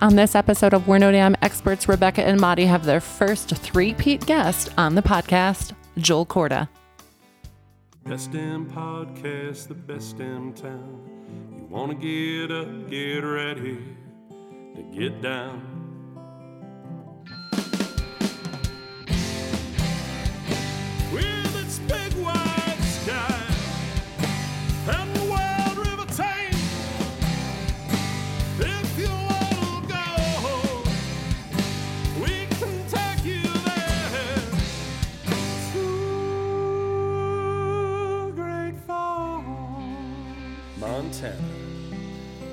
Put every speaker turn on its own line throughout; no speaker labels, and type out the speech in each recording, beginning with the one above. On this episode of We're No Damn Experts, Rebecca and Madi have their first three-peat guest on the podcast, Joel Corda.
Best damn podcast, the best damn town. You wanna get up, get ready to get down. With its big wide sky and the wild river Thames, if you wanna go, we can take you there. Montana.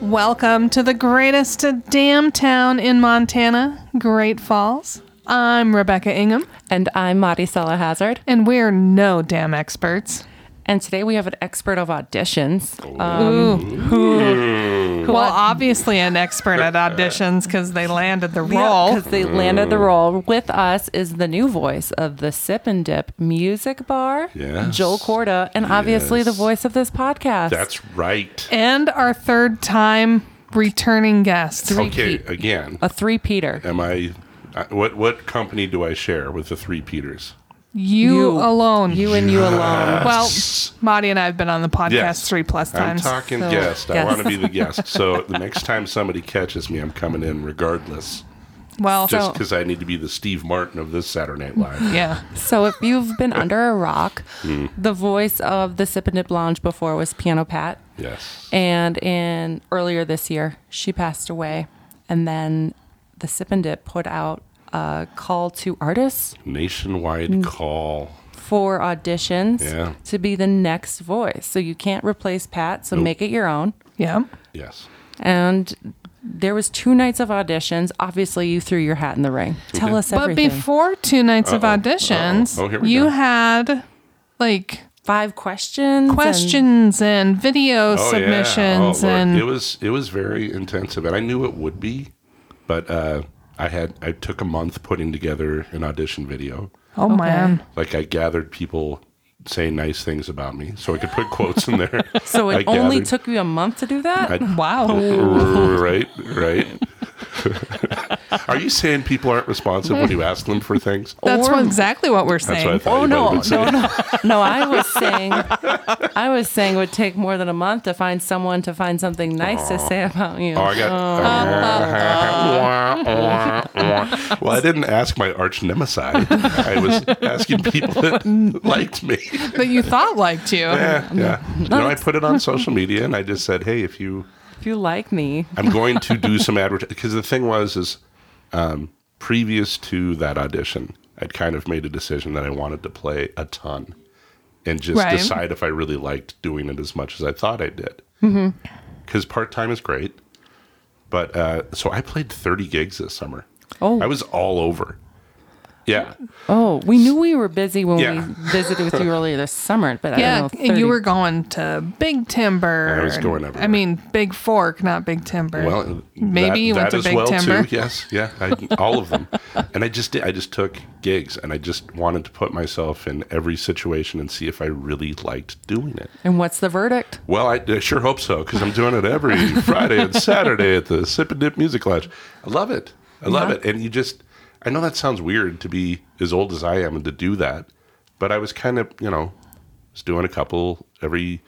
Welcome to the greatest damn town in Montana, Great Falls. I'm Rebecca Ingham,
And I'm Madi Sella Hazard.
and we're no damn experts.
And today we have an expert of auditions.
Mm.
Well, obviously, an expert at auditions because they landed the role.
Because they landed the role. With us is the new voice of the Sip and Dip Music Bar,
Yes.
Joel Corda, and obviously the
Yes.
voice of this podcast.
That's right.
and our third time returning guest.
Three
Okay,
Pete.
again,
a three-peater.
am I? I- What what company do I share with the three Peters?
You, alone.
You and you alone.
well, Madi and I have been on the podcast
Yes.
three plus
I'm
times.
talking
So-
guest. I
Yes.
want to be the guest. So the next time somebody catches me, I'm coming in regardless,
well,
just
So-
because I need to be the Steve Martin of this Saturday Night Live.
yeah.
So if you've been under a rock,
Hmm.
the voice of the Sip and Dip Lounge before was Piano Pat.
Yes.
And in earlier this year, she passed away. And then the Sip and Dip put out a call to artists
Nationwide call.
for auditions
Yeah.
to be the next voice. So you can't replace Pat, so
Nope.
make it your own.
Yeah.
Yes.
And there was two nights of auditions. Obviously, you threw your hat in the ring. Tell us
But
everything.
before two nights
Uh-oh.
of auditions,
Uh-oh. Oh, here we
you
go.
had like
Five questions. and-
questions and, video submissions
yeah. Oh, Lord.
and
it was it was very intensive, and I knew it would be, but uh, I had I took a month putting together an audition video.
oh man
Like I gathered people saying nice things about me, so I could put quotes in there.
So it
I
only
gathered-
took you a month to do that?
I-
wow
right, right. Are you saying people aren't responsive when you ask them for things?
that's
Or-
what, exactly what we're
That's what I
saying
thought.
Oh
you might have
no,
been saying.
no, no, no! I was saying, I was saying it would take more than a month to find someone to find something nice to say about you.
Oh, I got. uh,
Uh,
well, I didn't ask my arch nemesis. I was asking people that liked me.
that you thought liked you
Yeah, yeah. No, I put it on social media, and I just said, "Hey, if you,
If you like me,
I'm going to do some advertising." Because the thing was, is um, previous to that audition, I'd kind of made a decision that I wanted to play a ton, and just
Right.
decide if I really liked doing it as much as I thought I did. Because part time is great, but uh, so I played 30 gigs this summer.
Oh.
I was all over. Yeah,
oh, we knew we were busy when
Yeah.
we visited with you earlier this summer, but I
yeah
don't know.
and
30
you were going to big timber
I was
and-
going everywhere.
i mean big fork not big timber
Well,
maybe
that,
you went to
that as
big
well
timber
too. Yes, yeah, I, all of them. And I just did. I just took gigs, and I just wanted to put myself in every situation and see if I really liked doing it.
and what's the verdict?
Well, I, I sure hope so because I'm doing it every Friday and Saturday at the Sip and Dip Music Lodge. I love it. I love
Yeah.
it. And you just, I know that sounds weird to be as old as I am and to do that, but I was kind of, you know, was doing a couple every,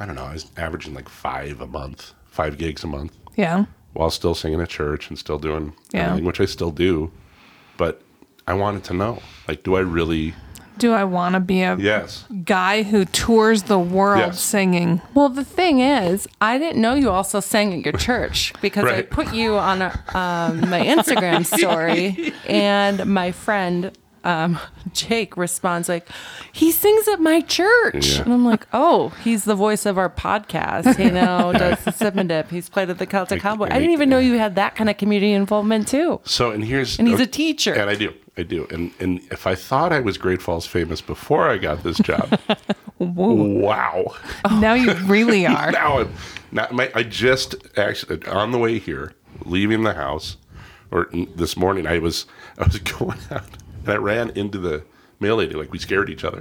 I don't know, I was averaging like five a month, five gigs a month
yeah
while still singing at church and still doing
Yeah.
everything, which I still do. But I wanted to know, like, do I really?
do i want to be a
Yes.
guy who tours the world
Yes.
singing
Well, the thing is, I didn't know you also sang at your church because I
Right.
put you on a, um, my Instagram story, and my friend um, Jake responds like, "He sings at my church,"
Yeah.
and I'm like, "Oh, he's the voice of our podcast. You know, does the sip and dip. He's played at the Celtic Cowboy. I didn't even know you had that kind of community involvement too."
So, and here's
And he's a teacher.
and I do, I do, and and if I thought I was Great Falls famous before I got this job, wow,
now you really are
now I'm not. My, I just actually on the way here, leaving the house, or n- this morning, I was I was going out and I ran into the mail lady like we scared each other.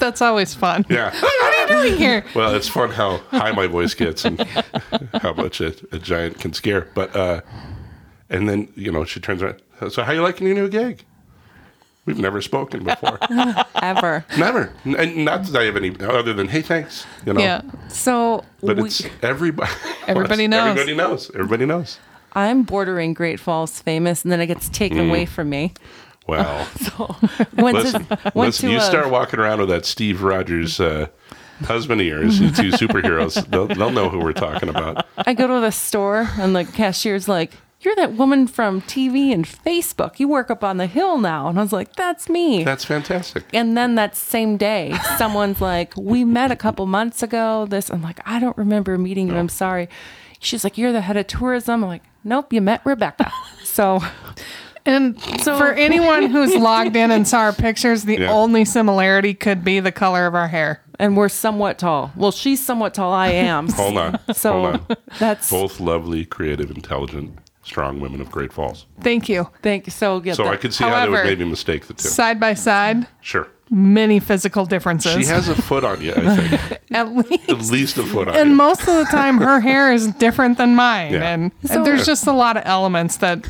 that's always fun
Yeah.
are you doing here?
Well, it's fun how high my voice gets and how much a, a giant can scare. But uh, and then you know she turns around. So how you liking your new gig? We've never spoken before.
ever.
never, and not that I have any other than hey, thanks. You know.
Yeah.
So
But
we,
it's everybody.
Everybody knows.
Everybody knows. Everybody knows.
I'm bordering Great Falls famous, and then it gets taken away from me.
Wow.
So once,
Mm. Listen,
it's, once
listen you
uh,
start walking around with that Steve Rogers uh, husband of yours, you two superheroes, they'll, they'll know who we're talking about.
I go to the store and the cashier's like, "You're that woman from TV and Facebook. You work up on the hill now." And I was like, "That's me."
That's fantastic.
and then that same day, someone's like, "We met a couple months ago." This, I'm like, "I don't remember meeting you. I'm sorry." She's like, "You're the head of tourism." I'm like, "Nope, you met Rebecca." So
And
So-
for anyone who's logged in and saw our pictures, the
Yeah.
only similarity could be the color of our hair.
and we're somewhat tall. Well, she's somewhat tall. I am.
Hold on.
So
Hold on.
that's
Both lovely, creative, intelligent, strong women of Great Falls.
Thank you.
thank. So get
So
that.
I could see how they would
However-
maybe mistake the two.
Side by side,
Sure.
many physical
She
differences.
has a foot on you, I think.
At least.
At least a foot on
And
you.
most of the time, her hair is different than mine.
Yeah.
And, and
So-
there's just a lot of elements that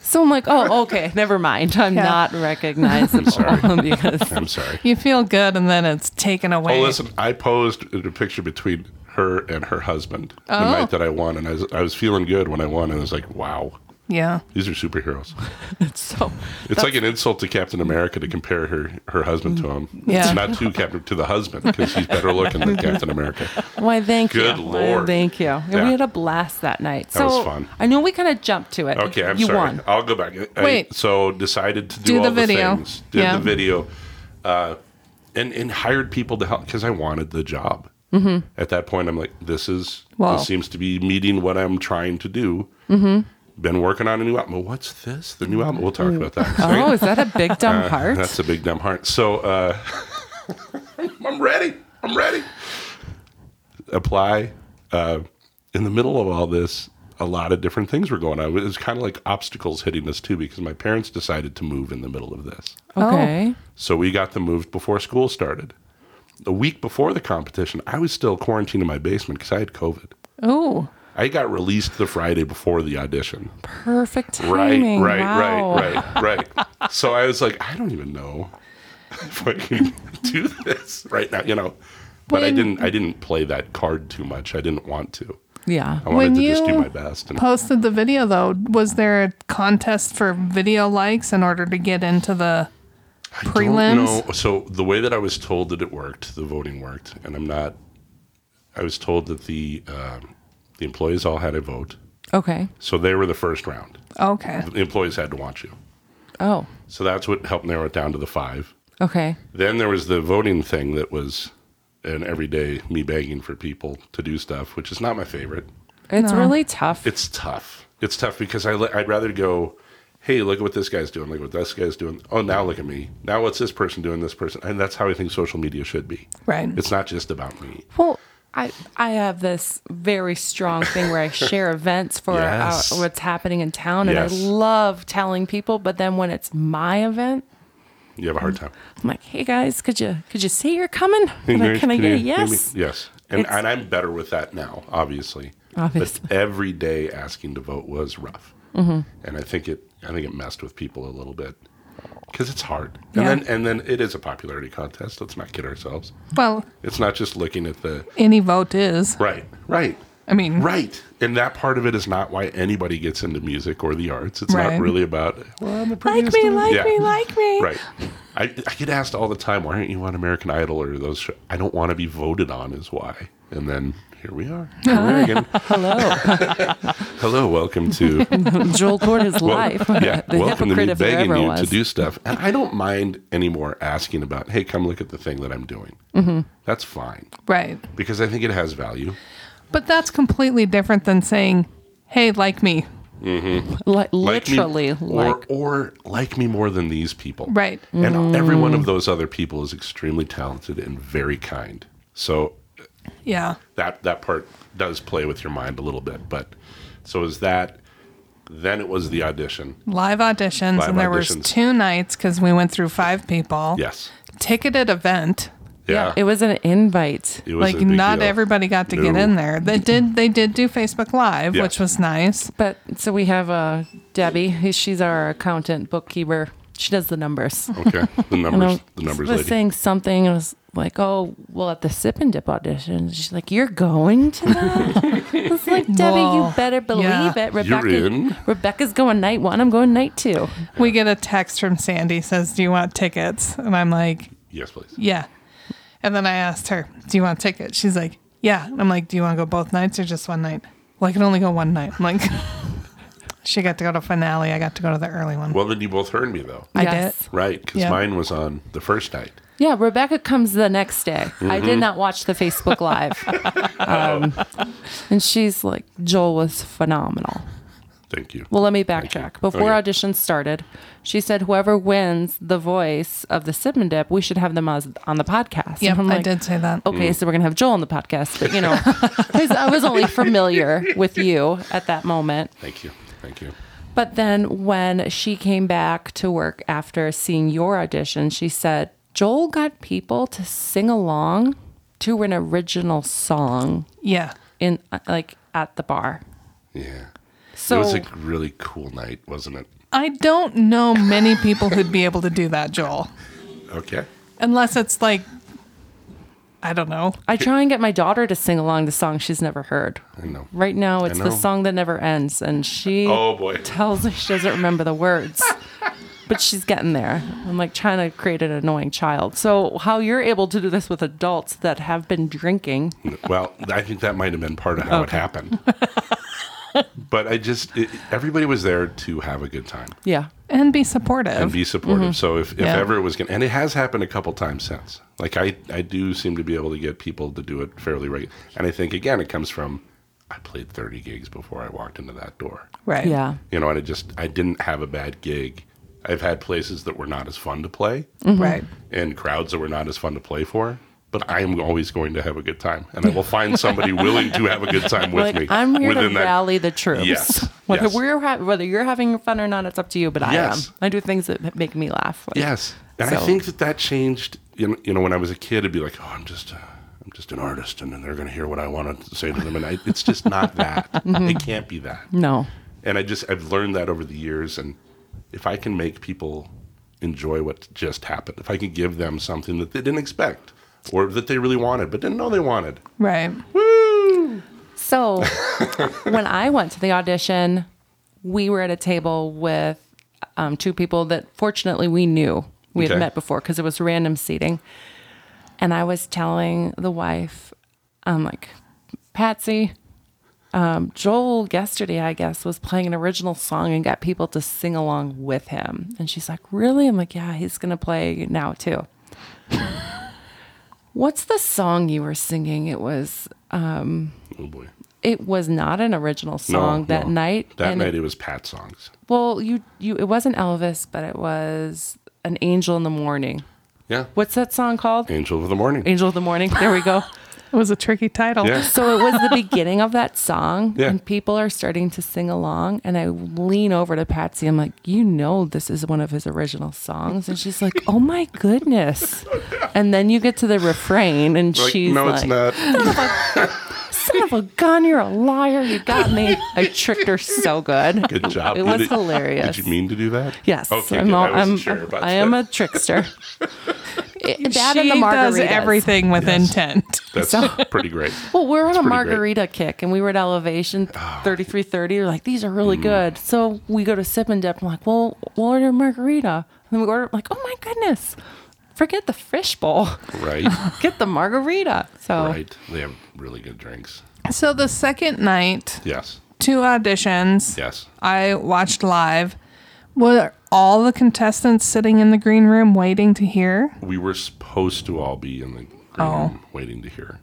So I'm like, oh, okay, never mind. I'm
Yeah.
not recognizable
sorry.
because
I'm sorry.
you feel good and then it's taken away.
Oh, listen, I posed a picture between her and her husband the
Oh.
night that I won, and I was, I was feeling good when I won, and I was like, wow,
Yeah.
these are superheroes.
it's so.
It's like an insult to Captain America to compare her her husband to him.
Yeah.
Not to Captain to the husband because he's better looking than Captain America.
Why, thank you.
Good
Why,
Lord.
thank you. And
Yeah.
we had a blast that night. So
was fun.
I know we kind of jumped to it.
Okay, I'm
you
sorry.
won.
I'll go back. I-
Wait.
so decided to do,
Do the
all the,
video.
things. Did
Yeah.
the video, uh, and and hired people to help because I wanted the job. Mm-hmm. At that point, I'm like, this is
Wow.
this seems to be meeting what I'm trying to do. Been working on a new album. Well, What's this? The new album. We'll talk about that. in a second.
Oh, is that a big dumb heart?
Uh, That's a big dumb heart. So uh, I'm ready. I'm ready. Apply. Uh, in the middle of all this, a lot of different things were going on. It was kind of like obstacles hitting us too, because my parents decided to move in the middle of this.
okay.
So we got them moved before school started. A week before the competition, I was still quarantined in my basement because I had COVID.
Ooh.
I got released the Friday before the audition.
Perfect
Right,
timing.
right,
wow.
right, right, right. so I was like, I don't even know if I can do this right now, you know. But I
When-
didn't. I didn't play that card too much. I didn't want to.
Yeah.
I wanted
When
to just do
you
my best. And
Posted the video though. Was there a contest for video likes in order to get into the prelims?
No. So the way that I was told that it worked, the voting worked, and I'm not. I was told that the um, the employees all had a vote,
Okay.
so they were the first round.
Okay.
The employees had to want you,
Oh.
so that's what helped narrow it down to the five.
Okay.
Then there was the voting thing that was an everyday me begging for people to do stuff, which is not my favorite.
It's really tough.
It's tough. It's tough because I li- I'd rather go, hey, look at what this guy's doing. Look at what this guy's doing. Oh, now look at me. Now what's this person doing? This person. And that's how I think social media should be.
Right.
It's not just about me.
Well, I I have this very strong thing where I share events for
Yes.
our, what's happening in town, and
Yes.
I love telling people. But then when it's my event,
You have a hard time.
I'm like, "Hey guys, could you could you say you're coming? Can I, can I get a
you-
yes?"
maybe- Yes. And,
It's-
and I'm better with that now, obviously.
Obviously.
But every day asking to vote was rough. And I think it I think it messed with people a little bit because it's hard. And
Yeah.
then and then it is a popularity contest. Let's not kid ourselves.
Well,
It's not just looking at the
any vote is.
right, right,
I mean,
right. And that part of it is not why anybody gets into music or the arts. It's
Right.
not really about well, I'm the
Like
prettiest
me,
in-"
like
Yeah.
me, like me.
Right. I, I get asked all the time, why aren't you on American Idol or those? Show? I don't want to be voted on, is why. And then here we are. Here we are again.
Hello,
Hello, welcome to
Joel Corda's life.
well, yeah,
the
welcome to
hypocrite
me
if there
begging
ever
you
was.
to do stuff. And I don't mind anymore asking about, hey, come look at the thing that I'm doing.
Mm-hmm.
That's fine
Right.
because I think it has value.
But that's completely different than saying, "Hey, like me."
like,
Like me-
literally,
or,
like
or like me more than these people.
Right.
And every one
Mm.
of those other people is extremely talented and very kind. So
Yeah.
that that part does play with your mind a little bit. But so is that. Then it was the audition.
Live auditions,
Live
and there
auditions.
was two nights because we went through five people.
Yes,
Ticketed event.
Yeah.
It was an invite.
It
like
a big
not
deal.
everybody got to get
No.
in there. They did they did do Facebook Live,
Yeah.
which was nice.
But so we have uh, Debbie. who- She's our accountant, bookkeeper. She does the numbers.
Okay. The
And I
numbers. the numbers
was
lady.
saying something. I was like, "Oh, well, at the sip and dip audition." She's like, "You're going to that?" I was like, "Debbie,
Whoa.
you better believe
Yeah.
it." Rebecca,
in?
Rebecca's going night one. I'm going night two.
We get a text from Sandy says, "Do you want tickets?" And I'm like,
yes, please.
"Yeah." And then I asked her, "Do you want tickets?" She's like, "Yeah." And I'm like, "Do you want to go both nights or just one night?" Well, I can only go one night. I'm like, she got to go to finale. I got to go to the early one.
Well, then you both heard me though,
I
Yes.
did.
right? Because
Yeah.
mine was on the first night.
Yeah, Rebecca comes the next day. I
Mm-hmm.
did not watch the Facebook Live.
Oh.
um, and she's like, Joel was phenomenal.
Thank you.
Well, let me
you.
backtrack. Before
Okay.
auditions started, she said, whoever wins the voice of the Sip and Dip, we should have them as, on the podcast.
Yep,
And I'm
I
like,
did say that.
Mm.
Okay, so we're going to have Joel on the podcast. But, you know, 'cause I was only familiar with you at that moment.
Thank you. Thank you.
But then when she came back to work after seeing your audition, she said, Joel got people to sing along to an original song
Yeah.
in uh, like at the bar.
Yeah. it
So
was a really cool night, wasn't it?
I don't know many people who'd be able to do that, Joel.
Okay.
Unless it's like, I don't know.
I try and get my daughter to sing along to songs she's never heard.
I know.
Right now,
I
it's the
know.
song that never ends, and she
Oh, boy.
tells me she doesn't remember the words, but she's getting there. I'm like trying to create an annoying child. So, how you're able to do this with adults that have been drinking?
Well, I think that might have been part of how it happened. but I just, it, everybody was there to have a good time
Yeah,
And be supportive.
and be supportive.
Mm-hmm.
So if, if
Yeah.
ever it was going to, and it has happened a couple times since. Like I, I do seem to be able to get people to do it fairly regular. And I think, again, it comes from I played 30 gigs before I walked into that door.
right.
yeah.
You know, and I just, I didn't have a bad gig. I've had places that were not as fun to play.
Right.
Mm-hmm.
and crowds that were not as fun to play for. But I am always going to have a good time, and I will find somebody willing to have a good time with
Like
me.
I'm here to
within that-
rally the troops.
Yes,
Whether
yes.
we're ha- whether you're having fun or not, it's up to you. But I
Yes.
am. I do things that make me laugh. Like,
Yes, and I
So-
think that that changed. You know, you know, when I was a kid, it'd be like, "Oh, I'm just, uh, I'm just an artist, and then they're going to hear what I want to say to them." And I, it's just not that.
Mm-hmm.
It can't be that.
No.
And I just, I've learned that over the years. And if I can make people enjoy what just happened, if I can give them something that they didn't expect or that they really wanted but didn't know they wanted,
Right.
So when I went to the audition, we were at a table with um, two people that fortunately we knew we had
Okay.
met before because it was random seating. And I was telling the wife, I'm like, Patsy, um, Joel yesterday, I guess, was playing an original song and got people to sing along with him. And she's like, Really? I'm like, Yeah, he's going to play now too. What's the song you were singing? It was
oh boy.
it was not an original
No,
song that
no.
night.
That
and
night
it,
it was Pat songs.
well, you you it wasn't Elvis, but it was an Angel in the Morning.
Yeah.
What's that song called?
Angel of the Morning.
Angel of the Morning. There we go.
It was a tricky title.
Yeah.
So it was the beginning of that song,
Yeah.
and people are starting to sing along. And I lean over to Patsy. I'm like, "You know, this is one of his original songs," and she's like, "Oh my goodness!" And then you get to the refrain, and
Like,
she's
no,
like,
it's not.
"Son of a gun, you're a liar. You got me." I tricked her so good.
Good job.
It was
Did
hilarious.
Did you mean to do that?
Yes,
Okay.
I'm.
good.
All,
I wasn't
I'm
sure about
I am a
that.
trickster. It- that
she
and the
does
margaritas.
everything with intent.
That's pretty great.
Well, we're on a
pretty great. Ah.
margarita kick, and we were at elevation 3330. We're like, these are
Mm.
really good. So we go to sip and dip. I'm like, well, we'll order a margarita. And then we order. like, oh my goodness, forget the fish bowl.
Right.
Get the margarita. So
Right. They have really good drinks.
So the second night,
Yes.
two auditions.
Yes.
I watched live. Were all the contestants sitting in the green room waiting to hear?
We were supposed to all be in the green
Oh.
room waiting to hear.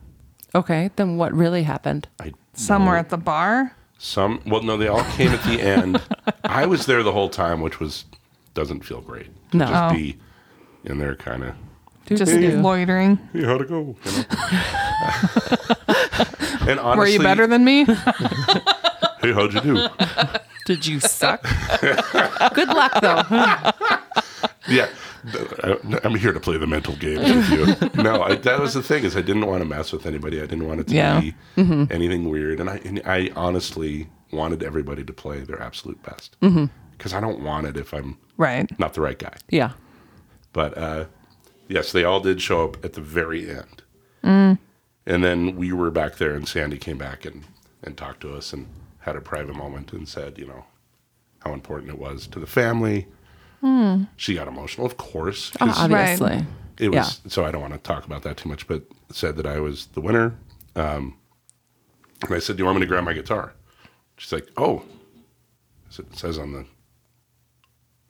okay, then what really happened?
I
Some were at the bar.
some well no they all came at the end. I was there the whole time, which was doesn't feel great. to
No.
Just
Oh.
be in there kind of.
Just
do.
loitering.
Hey, how'd it go? You know? and honestly,
Were you better than me?
Hey, how'd you do?
Hmm. Did you suck? good luck though.
Yeah. I, I'm here to play the mental games with you. No, I, that was the thing is I didn't want to mess with anybody. I didn't want it to
Yeah.
be anything weird, and I and I honestly wanted everybody to play their absolute best because I don't want it if I'm
Right.
not the right guy.
Yeah.
But uh, yes, they all did show up at the very end, and then we were back there, and Sandy came back and and talked to us and had a private moment and said, you know, how important it was to the family. She got emotional, of course. 'cause
Obviously.
it was
Oh, Yeah.
so I don't want to talk about that too much, but said that I was the winner. Um, and I said, "Do you want me to grab my guitar?" She's like, "Oh," I said, it says on the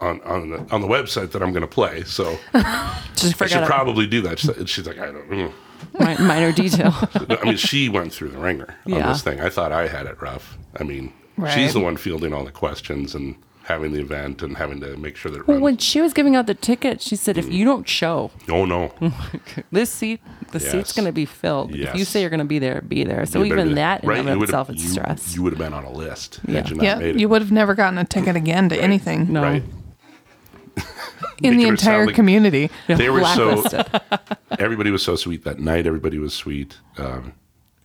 on on the on the website that I'm going to play, so
Just
I should
forgot
probably do that. She's like- She's like, "I don't." know.
a mi- minor detail.
I mean, she went through the ringer on
Yeah.
this thing. I thought I had it rough. I mean,
Right.
she's the one fielding all the questions and having the event and having to make sure that it
well,
runs.
when she was giving out the ticket, she said, if you don't show
oh no,
this seat, the
Yes.
seat's going to be filled. If you
Yes.
say you're going to be there, be there. So
You better
even
do
that in and
You
of
would've-
itself, it's
you-
stress.
You would have been on a list
Yeah.
had you not
Yeah.
made it.
You would have never gotten a ticket again to anything
no.
Right.
in the
Making it sound
entire
like-
community.
They were so.
Blacklisted.
Everybody was so sweet that night. Everybody was sweet. Um,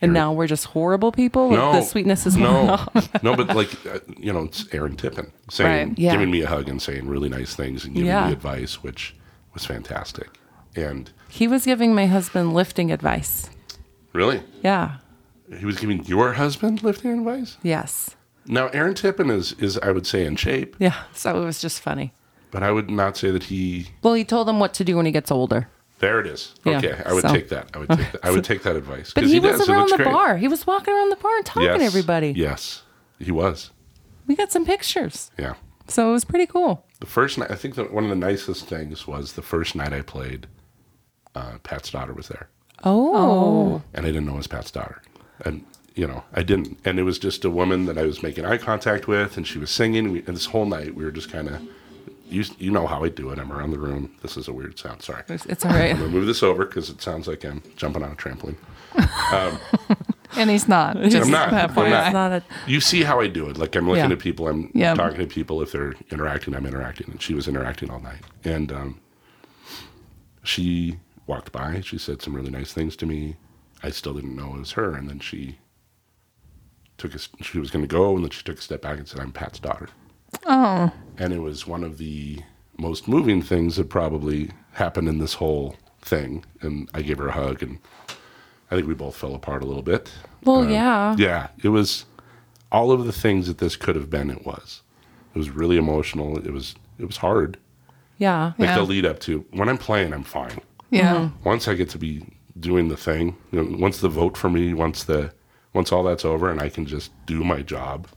and now we're just horrible people.
no,
the sweetness is worn
no,
off.
no, but like uh, you know, it's Aaron Tippin saying,
Right,
yeah.
giving me a hug and saying really nice things and giving
Yeah.
me advice, which was fantastic. And
He was giving my husband lifting advice.
really,
Yeah.
he was giving your husband lifting advice.
Yes.
Now, Aaron Tippin is is I would say in shape,
Yeah. So it was just funny.
but I would not say that he
Well, he told him what to do when he gets older.
There it is.
Yeah,
okay, I would
so-
take that. I would take that. I would take that advice.
But
'Cause
he,
does.
was
It
around
looks
the
great.
bar. He was walking around the bar and talking to everybody.
Yes, he was.
We got some pictures.
Yeah.
So it was pretty cool.
The first night, I think that one of the nicest things was the first night I played. Uh, Pat's daughter was there,
Oh.
and I didn't know it was Pat's daughter, and you know I didn't, and it was just a woman that I was making eye contact with, and she was singing, we, and this whole night we were just kind of, you you know how I do it. I'm around the room. This is a weird sound. Sorry.
It's, it's all right.
I'm gonna move this over because it sounds like I'm jumping on a trampoline.
And he's not. Just
I'm not. I'm
FYI.
It's not a,
you see how I do it. Like I'm looking
Yeah.
at people, I'm
Yeah.
talking to people. If they're interacting, I'm interacting. And she was interacting all night. And um, she walked by. She said some really nice things to me. I still didn't know it was her. And then she took a, s- she was going to go, and then she took a step back and said, "I'm Pat's daughter."
Oh,
And it was one of the most moving things that probably happened in this whole thing. And I gave her a hug, and I think we both fell apart a little bit.
well, yeah.
Uh, Yeah, it was all of the things that this could have been. It was. It was really emotional. It was. It was hard.
Yeah.
Like
Yeah.
the lead up to when I'm playing, I'm fine.
yeah.
Mm-hmm.
Once I get to be doing the thing, you know, once the vote for me, once the once all that's over, and I can just do my job,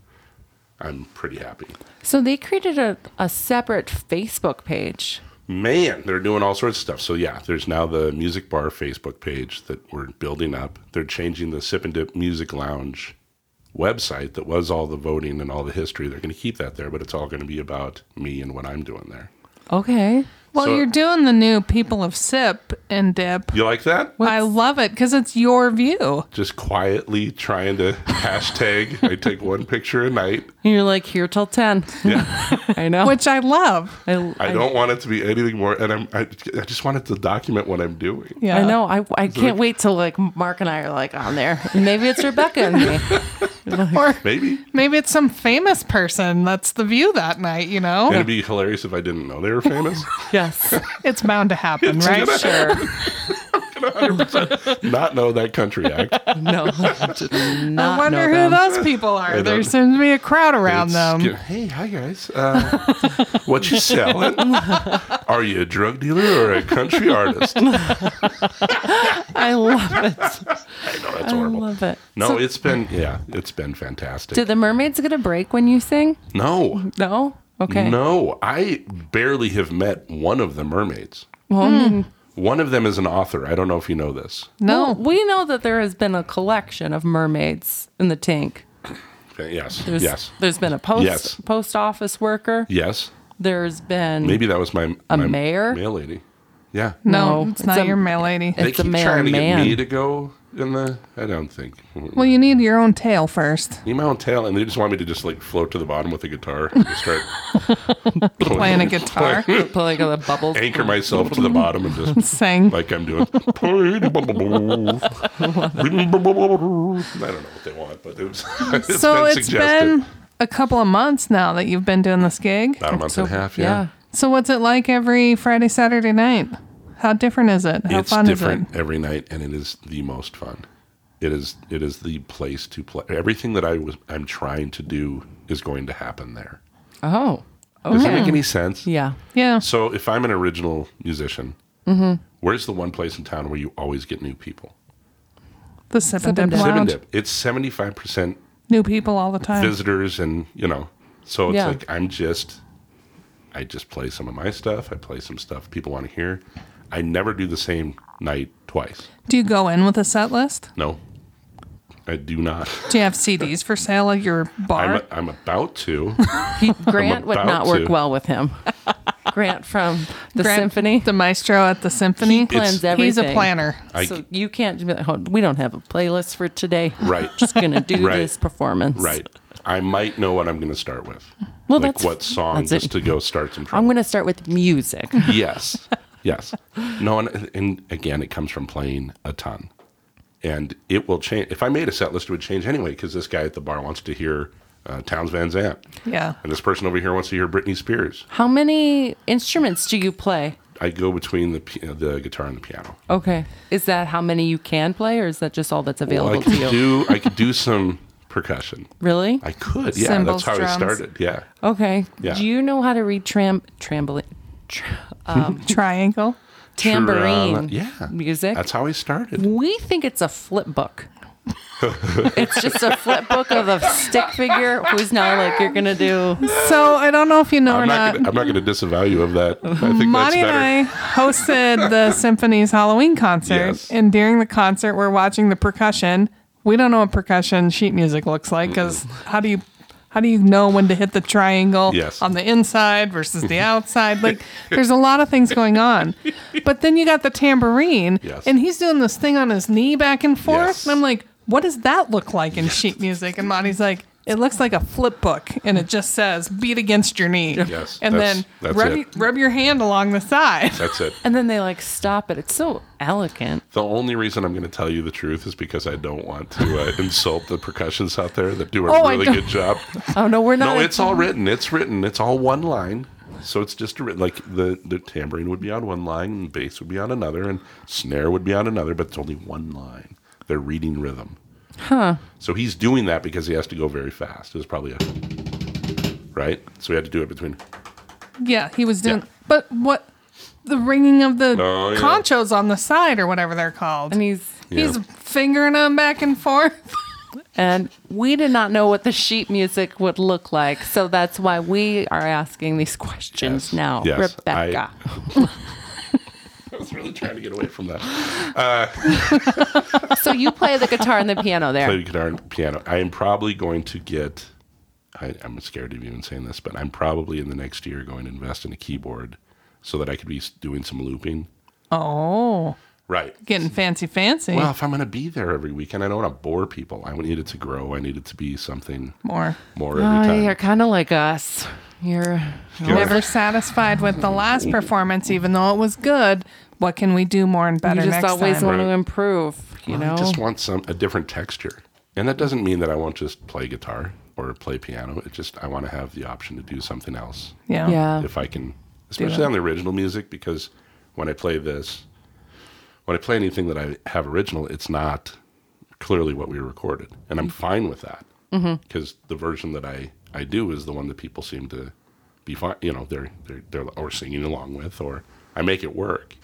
I'm pretty happy.
So they created a, a separate Facebook page.
Man, they're doing all sorts of stuff. So yeah, there's now the music bar Facebook page that we're building up. They're changing the Sip and Dip Music Lounge website that was all the voting and all the history. They're going to keep that there, but it's all going to be about me and what I'm doing there.
Okay.
Well,
So-
you're doing the new People of Sip and Dip.
You like that?
I love it because it's your view.
Just quietly trying to hashtag. I take one picture a night.
And you're like, here till 10.
Yeah,
I know.
Which I love.
I,
I
I-
don't want it to be anything more, and I'm I, I just wanted to document what I'm doing.
Yeah.
I know. I, I can't wait till like Mark and I are like on there. Maybe it's Rebecca and me.
Or
Maybe
maybe it's some famous person that's the view that night, you know?
it'd be hilarious if I didn't know they were famous.
Yes.
It's bound to happen, right?
Sure.
Not know that country act.
No. Did
I
not
wonder
know
who
them.
those people are.
don't-
There seems to be a crowd around
It's
them.
good. Hey, hi guys. Uh, what you selling? Are you a drug dealer or a country artist? No,
I love it.
that's
I
horrible.
love it.
No,
So,
it's been yeah, it's been fantastic.
do the mermaids get a break when you sing?
no,
No. Okay.
no, I barely have met one of the mermaids.
Hmm.
One of them is an author. I don't know if you know this.
Well, we know that there has been a collection of mermaids in the tank.
Okay, yes,
There's,
yes,
There's been a post
Yes.
post office worker.
yes.
There's been
Maybe that was my
A
my
mayor?
mail lady. Yeah.
No,
No,
it's not
it's a-
your mail lady.
They
It's a
keep
male
trying to
man.
get me to go in the. I don't think. Hmm.
Well, you need your own tail first.
Need my own tail, and they just want me to just like float to the bottom with a guitar and just start
Playing a guitar,
Put like the bubbles.
anchor myself to the bottom and just
sing.
like I'm doing. I don't know what they want, but it was, it's
so
been
it's
suggested.
been a couple of months now that you've been doing this gig.
about a month and a half. Yeah,
So what's it like every Friday, Saturday night? How different is it? How
it's
fun
different
is
every night, and it is the most fun. It is it is the place to play. Everything that I was I'm trying to do is going to happen there.
Oh.
Does that make any sense?
Yeah.
it? Yeah.
So if I'm an original musician, where's the one place in town where you always get new people?
The sip
Sip and
and dip
dip.
Sip and
lounge.
dip. It's seventy five percent
New people all the time.
visitors and you know so it's
Yeah.
like i'm just i just play some of my stuff i play some stuff people want to hear i never do the same night twice
Do you go in with a set list?
no i do not
Do you have CDs for sale at your
i'm,
bar?
I'm about to
He, Grant would
about
not work
to.
well with him. Grant from the
Grant-
symphony
The maestro at the symphony.
plans
It's-
everything.
He's a planner.
I-
so you can't just be like, "Oh, we don't have a playlist for today.
Right.
Just going to do
Right.
this performance.
right i might know what i'm going to start with
Well,
like
that's-
what song
that's
just
it.
to go start some
I'm
trouble
going to start with music.
yes yes no and, and again it comes from playing a ton and it will change if i made a set list it would change anyway because this guy at the bar wants to hear uh, towns van zant
Yeah.
And this person over here wants to hear Britney Spears.
How many instruments do you play?
I go between the pi- the guitar and the piano.
Okay. Is that how many you can play or is that just all that's
Well, Oh, I
available to you?
could do I could do some percussion.
really?
I could, yeah.
Cymbals,
that's how
drums.
I started. Yeah,
okay.
Yeah.
Do you know how to read tram tramboline tra- um,
Triangle.
tambourine
Trala- yeah,
music?
That's how I started.
We think it's a flip book. it's just a flip book of a stick figure who's now like you're gonna do
So I don't know if you know or
I'm not.
not.
Gonna, I'm not going to disavow you of that. I think
Monty
that's
and
better.
I hosted the symphony's Halloween concert,
Yes.
and during the concert, we're watching the percussion. We don't know what percussion sheet music looks like because how do you how do you know when to hit the triangle
Yes.
on the inside versus the outside? Like, there's a lot of things going on. But then you got the tambourine,
Yes.
and he's doing this thing on his knee back and forth,
Yes.
and I'm like, what does that look like in sheet music? And Monty's like. It looks like a flip book, and it just says "beat against your knee,"
Yes,
and
that's-
then
that's
rub,
it.
your- rub your hand along the side.
That's it.
and then they like stop it. It's so elegant.
The only reason I'm going to tell you the truth is because I don't want to uh, insult the percussionists out there that do a
Oh, I
really
don't-
good job.
Oh no, we're not
No, it's all written. It's written. It's all one line. So it's just a writ- like the the tambourine would be on one line, and bass would be on another, and snare would be on another, but it's only one line. They're reading rhythm. Huh. So he's doing that because he has to go very fast. It was probably a right. So we had to do it between.
Yeah, he was doing.
Yeah.
But what the ringing of the
Oh, yeah.
conchos on the side or whatever they're called.
and he's
He's
Yeah.
fingering them back and forth.
and we did not know what the sheet music would look like, so that's why we are asking these questions
Yes.
now,
Yes.
Rebecca.
I was really trying to get away from that.
so you play the guitar and the piano there.
Play guitar and piano. I am probably going to get. I, I'm scared of even saying this, but I'm probably in the next year going to invest in a keyboard so that I could be s- doing some looping.
Oh,
Right.
getting fancy, fancy.
Well, if I'm going to be there every weekend, I don't want to bore people. I need it to grow. I need it to be something
More.
more every
Oh,
time.
you're kind of like us. You're
Yeah.
Never satisfied with the last performance, even though it was good. What can we do more and better
you just
next
always
time?
want to
Right.
improve. You
I
know,
just want some a different texture, and that doesn't mean that I won't just play guitar or play piano. It just I want to have the option to do something else
yeah.
yeah.
if I can, especially on the original music, because when I play this, when I play anything that I have original, it's not clearly what we recorded, and I'm
Mm-hmm.
fine with that because the version that I I do is the one that people seem to be fine. You know, they're they're they're or singing along with, or I make it work.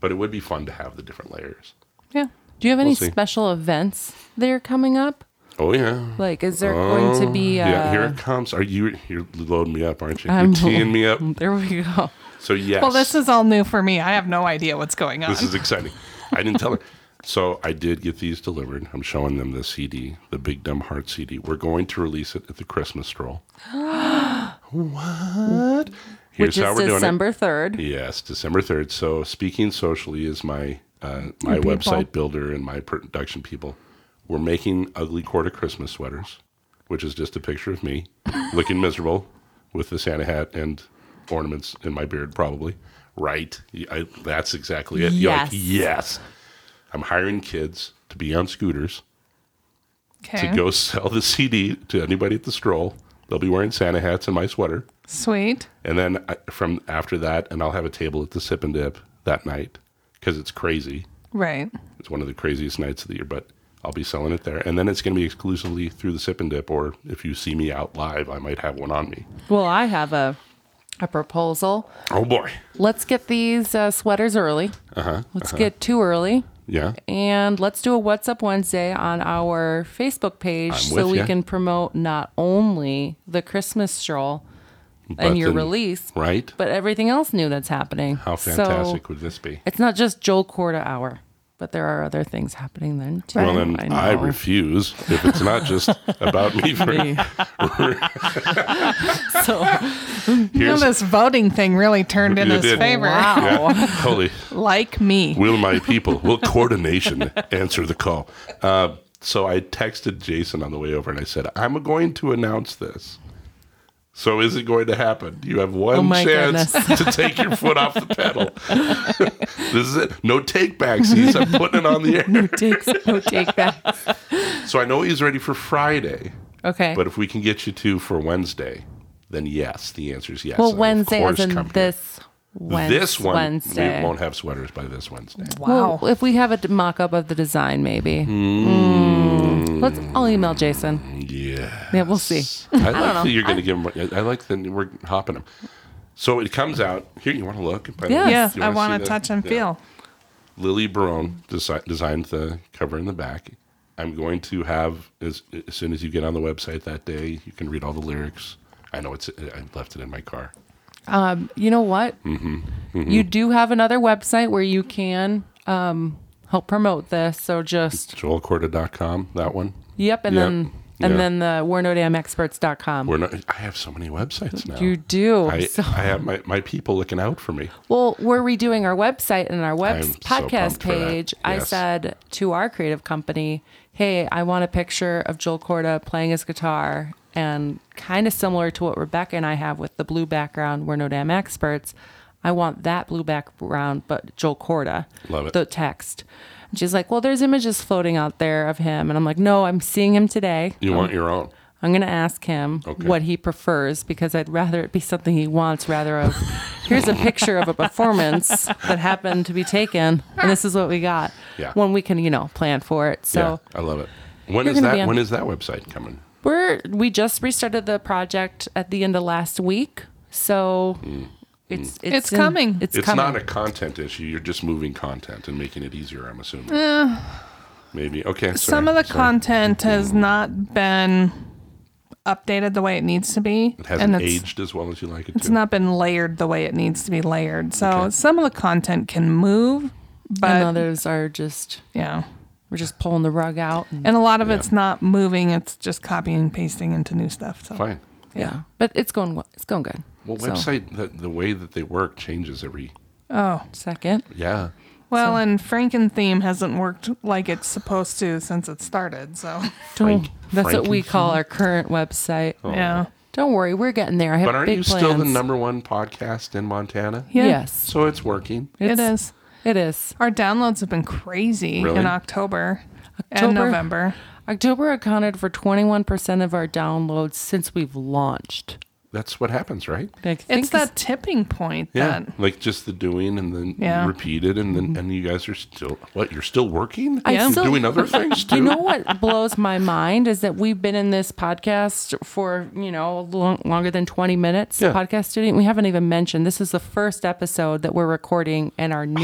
But it would be fun to have the different layers.
Yeah.
Do you have any
We'll see.
special events that are coming up?
Oh yeah. Oh,
Like, is there going to be? Uh,
Um, yeah, here it comes. Are you you're loading me up, aren't you?
I'm-
You're teeing me up.
There we go.
So yes.
Well, this is all new for me. I have no idea what's going on.
This is exciting. I didn't tell her. So I did get these delivered. I'm showing them the CD, the Big Dumb Heart CD. We're going to release it at the Christmas stroll. what? Here's
which
how
is
we're doing it.
December 3rd.
Yes, December 3rd. So Speaking Socially is my uh, my
people.
website builder and my production people. We're making ugly quarter Christmas sweaters, which is just a picture of me looking miserable with the Santa hat and ornaments in my beard, probably. Right. Y- I, that's exactly it. You're like,
Yes.
yes. I'm hiring kids to be on scooters
Okay.
to go sell the CD to anybody at the stroll. They'll be wearing Santa hats and my sweater.
Sweet.
And then I, from after that, and I'll have a table at the Sip and Dip that night because it's crazy.
Right.
It's one of the craziest nights of the year, but I'll be selling it there. And then it's going to be exclusively through the Sip and Dip, or if you see me out live, I might have one on me.
Well, I have a a proposal.
Oh boy.
Let's get these uh, sweaters early. Uh-huh. Let's get too early.
Yeah.
And let's do a What's Up Wednesday on our Facebook page
I'm
so
with
we
ya.
can promote not only the Christmas stroll
But
and your
then-
release,
Right?
but everything else new that's happening.
How
So
fantastic would this be?
it's not just Joel Corda hour, but there are other things happening then too.
Well, then I,
know.
refuse if it's not just about me. For,
so
You know,
here's,
this voting thing really turned in
You
his
did.
favor.
Wow.
yeah, holy.
Like me.
Will my people, will coordination answer the call? Uh, so I texted Jason on the way over and I said, I'm going to announce this. So is it going to happen? You have one
Oh my
chance to take your foot off the pedal. this is it. No take backsies. I'm putting it on the air.
takes no take back.
So I know he's ready for Friday,
Okay.
but if we can get you two for Wednesday, then yes, the answer is yes.
well,
And of
Wednesday as
course
in
come here.
this Wednesday.
This one,
Wednesday.
we won't have sweaters by this Wednesday.
Well, if we have a mock up of the design, maybe.
Hmm.
Mm. Let's. I'll email Jason.
Yeah.
Yeah, we'll see.
I like that you're going to give him. I like that we're hopping him. So it comes out here. You want to look? By the way,
Yes.
you
I
wanna see
want
the-
to touch and
yeah.
feel.
Lily Barone desi- designed the cover in the back. I'm going to have as as soon as you get on the website that day, you can read all the lyrics. I know it's. I left it in my car.
You know what?
Mm-hmm.
You do have another website where you can um, help promote this. So just
JoelCorda.com. That one.
yep, and
Yep.
then and
Yeah.
then the we're no damn experts.com.
We're not. I have so many websites now.
you do.
I,
so,
I have my, my people looking out for me.
well, we're redoing our website and our web
I'm so
podcast
pumped for that.
page. I
Yes.
said to our creative company, "Hey, I want a picture of Joel Corda playing his guitar." And kind of similar to what Rebecca and I have with the blue background, we're no damn experts. I want that blue background, but Joel Corda.
Love it.
The text. And she's like, Well, there's images floating out there of him. And I'm like, No, I'm seeing him today.
You want your own.
I'm going to ask him
Okay.
what he prefers because I'd rather it be something he wants rather of here's a picture of a performance that happened to be taken and this is what we got
Yeah.
when we can, you know, plan for it. So
yeah, I love it. When
You're
is
gonna be
that?
on-
When is that website coming?
we're we just restarted the project at the end of last week. So it's, it's
It's coming.
It's,
Mm. It's
coming.
not a content issue. You're just moving content and making it easier. I'm assuming. Maybe okay.
Some
sorry,
of the
sorry. Mm-hmm.
content has not been updated the way it needs to be.
it hasn't
and it's,
aged as well as you like it
it's
to.
not been layered the way it needs to be layered. So some of the content can move,
and
but
others are just
yeah.
we're just pulling the rug out. and-
And a lot of
Yeah.
it's not moving, it's just copying and pasting into new stuff. So
Fine.
yeah. But it's going well- it's going good.
Well,
So,
website the, the way that they work changes every.
Oh.
second.
Yeah.
Well, and Franken theme hasn't worked like it's supposed to since it started. So
Frank- Oh,
That's what we
Frankenfeed?
call our current website.
yeah.
Don't worry, we're getting there. I have
But aren't
big
you
plans.
still the number one podcast in Montana?
Yeah.
Yes,
So it's working.
It
It's-
is.
it is.
Our downloads have been crazy
Really?
in October,
October?
and November.
October accounted for 21% of our downloads since we've launched.
That's what happens, right?
I think
It's that tipping point
Yeah.
that
Like just the doing and then
Yeah.
repeated and then and you guys are still what? You're still working?
Mm-hmm. I
You're
still-
doing other things too.
you know what blows my mind is that we've been in this podcast for you know long, longer than 20 minutes
Yeah.
podcast studio and we haven't even mentioned this is the first episode that we're recording in our new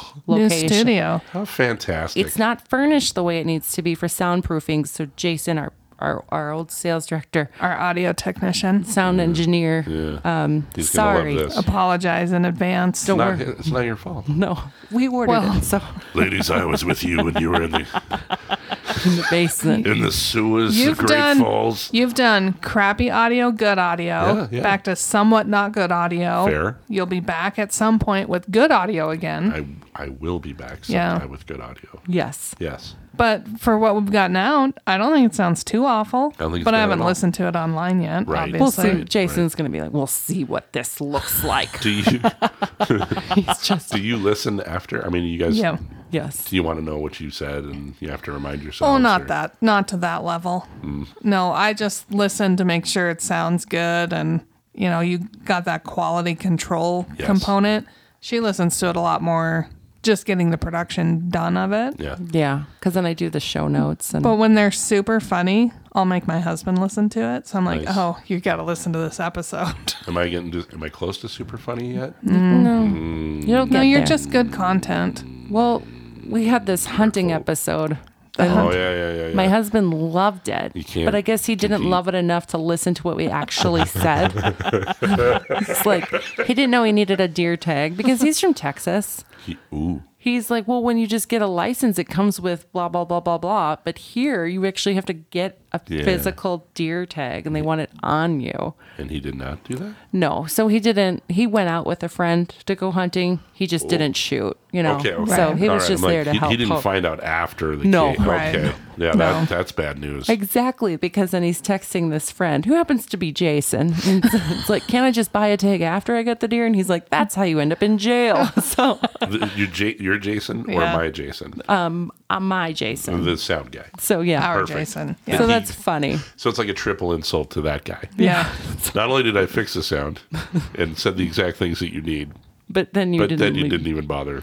new
location
studio.
How fantastic!
it's not furnished the way it needs to be for soundproofing so jason our our, our old sales director
Our audio technician
sound
Mm-hmm.
engineer um
He's
sorry
gonna love this.
apologize in advance.
Don't-
Not- it's not your fault.
no we ordered
Well-
it so
Ladies, I was with you when you were in the.
in the basement.
in the sewers of
You've
Great
done
Falls.
you've done crappy audio, good audio,
Yeah, yeah.
back to somewhat not good audio.
Fair.
You'll be back at some point with good audio again.
I I will be back
Yeah.
sometime with good audio.
yes.
Yes.
But for what we've gotten out, I don't think it sounds too awful.
don't think it's
but I
bad at
haven't
all.
listened to it online yet.
Right.
We'll
Obviously.
see.
Right,
Jason's going to be like, we'll see what this looks like.
Do you
He's just,
do you listen after? I mean, you guys.
Yeah.
yes.
Do you want to know what you said, and you have to remind yourself?
Oh, not
or-
that. Not to that level.
Hmm.
No, I just listen to make sure it sounds good and, you know, you got that quality control
Yes.
component. She listens to it a lot more, just getting the production done of it.
Yeah.
Yeah. Because then I do the show notes and
But when they're super funny, I'll make my husband listen to it. So I'm like,
Nice.
oh, you got to listen to this episode.
Am I getting? To, am I close to super funny yet?
Mm,
Mm.
you don't
no,
get
you're
there.
just good content.
Hmm,
Well, we had this hunting episode.
Oh yeah, yeah, yeah. yeah.
My husband loved it,
can't
but I guess he didn't
compete.
love it enough to listen to what we actually said. it's like he didn't know he needed a deer tag because he's from Texas.
He- ooh.
He's like, well, when you just get a license, it comes with blah blah blah blah blah. But here, you actually have to get a
Yeah.
physical deer tag, and they want it on you.
And he did not do that.
No, so he didn't. He went out with a friend to go hunting. He just didn't shoot. You know,
Oh. Okay. okay.
so he
All
was
right,
just
I'm like,
there to
he,
help.
He didn't
poke.
find out after the
No.
game.
Right.
Okay. Yeah,
No.
that, that's bad news.
Exactly, because then he's texting this friend who happens to be Jason. And it's, it's like, can I just buy a tag after I get the deer? And he's like, that's how you end up in jail. So
The- you, J, you're Jason or
Yeah.
my Jason,
Um, I'm my Jason.
the sound guy.
So yeah,
Our
Perfect.
Jason.
Did
Yeah.
so
he-
that's funny.
So it's like a triple insult to that guy.
yeah.
Not only did I fix the sound and said the exact things that you need,
But then you
but
didn't.
then you
leave
didn't even bother.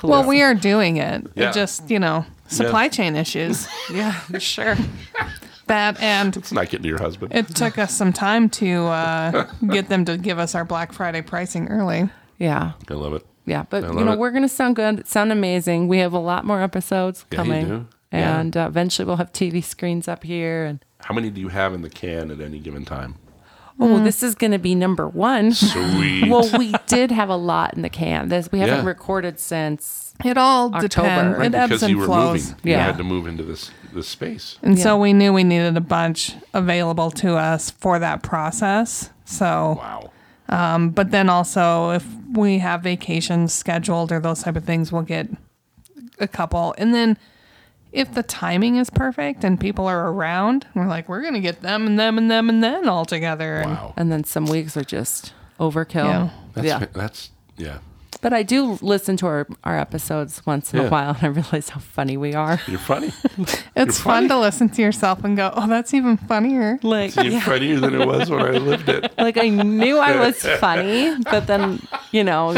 to
Well,
listen.
we are doing it.
Yeah.
It just, you know, supply chain issues.
yeah, sure.
That and
It's not getting to your husband.
it took us some time to uh, get them to give us our Black Friday pricing early.
Yeah,
I love it.
yeah.
I
But you
love
know,
it.
we're gonna sound good, sound amazing. We have a lot more episodes
Yeah, you
coming,
do. Yeah.
and uh, eventually we'll have TV screens up here. And
How many do you have in the can at any given time?
oh, this is gonna be number one.
Sweet.
well, we did have a lot in the can. This we haven't
Yeah.
recorded since.
It all
October.
depends.
Right,
It ebbs
because you
and
were
flows.
moving, you
Yeah.
had to move into this this space.
And so
Yeah.
we knew we needed a bunch available to us for that process. So,
Wow.
but then also if we have vacations scheduled or those type of things, we'll get a couple. And then if the timing is perfect and people are around, we're like, we're going to get them and them and them and then all together. And
Wow.
And then some weeks are just
Yeah.
overkill. Yeah.
That's fa- that's yeah.
But I do listen to our, our episodes once in
Yeah.
a while and I realize how funny we are.
You're funny.
It's
You're funny.
fun to listen to yourself and go, oh, that's even funnier.
Like,
You're funnier than it was when I lived it.
like I knew I was funny, but then, you know,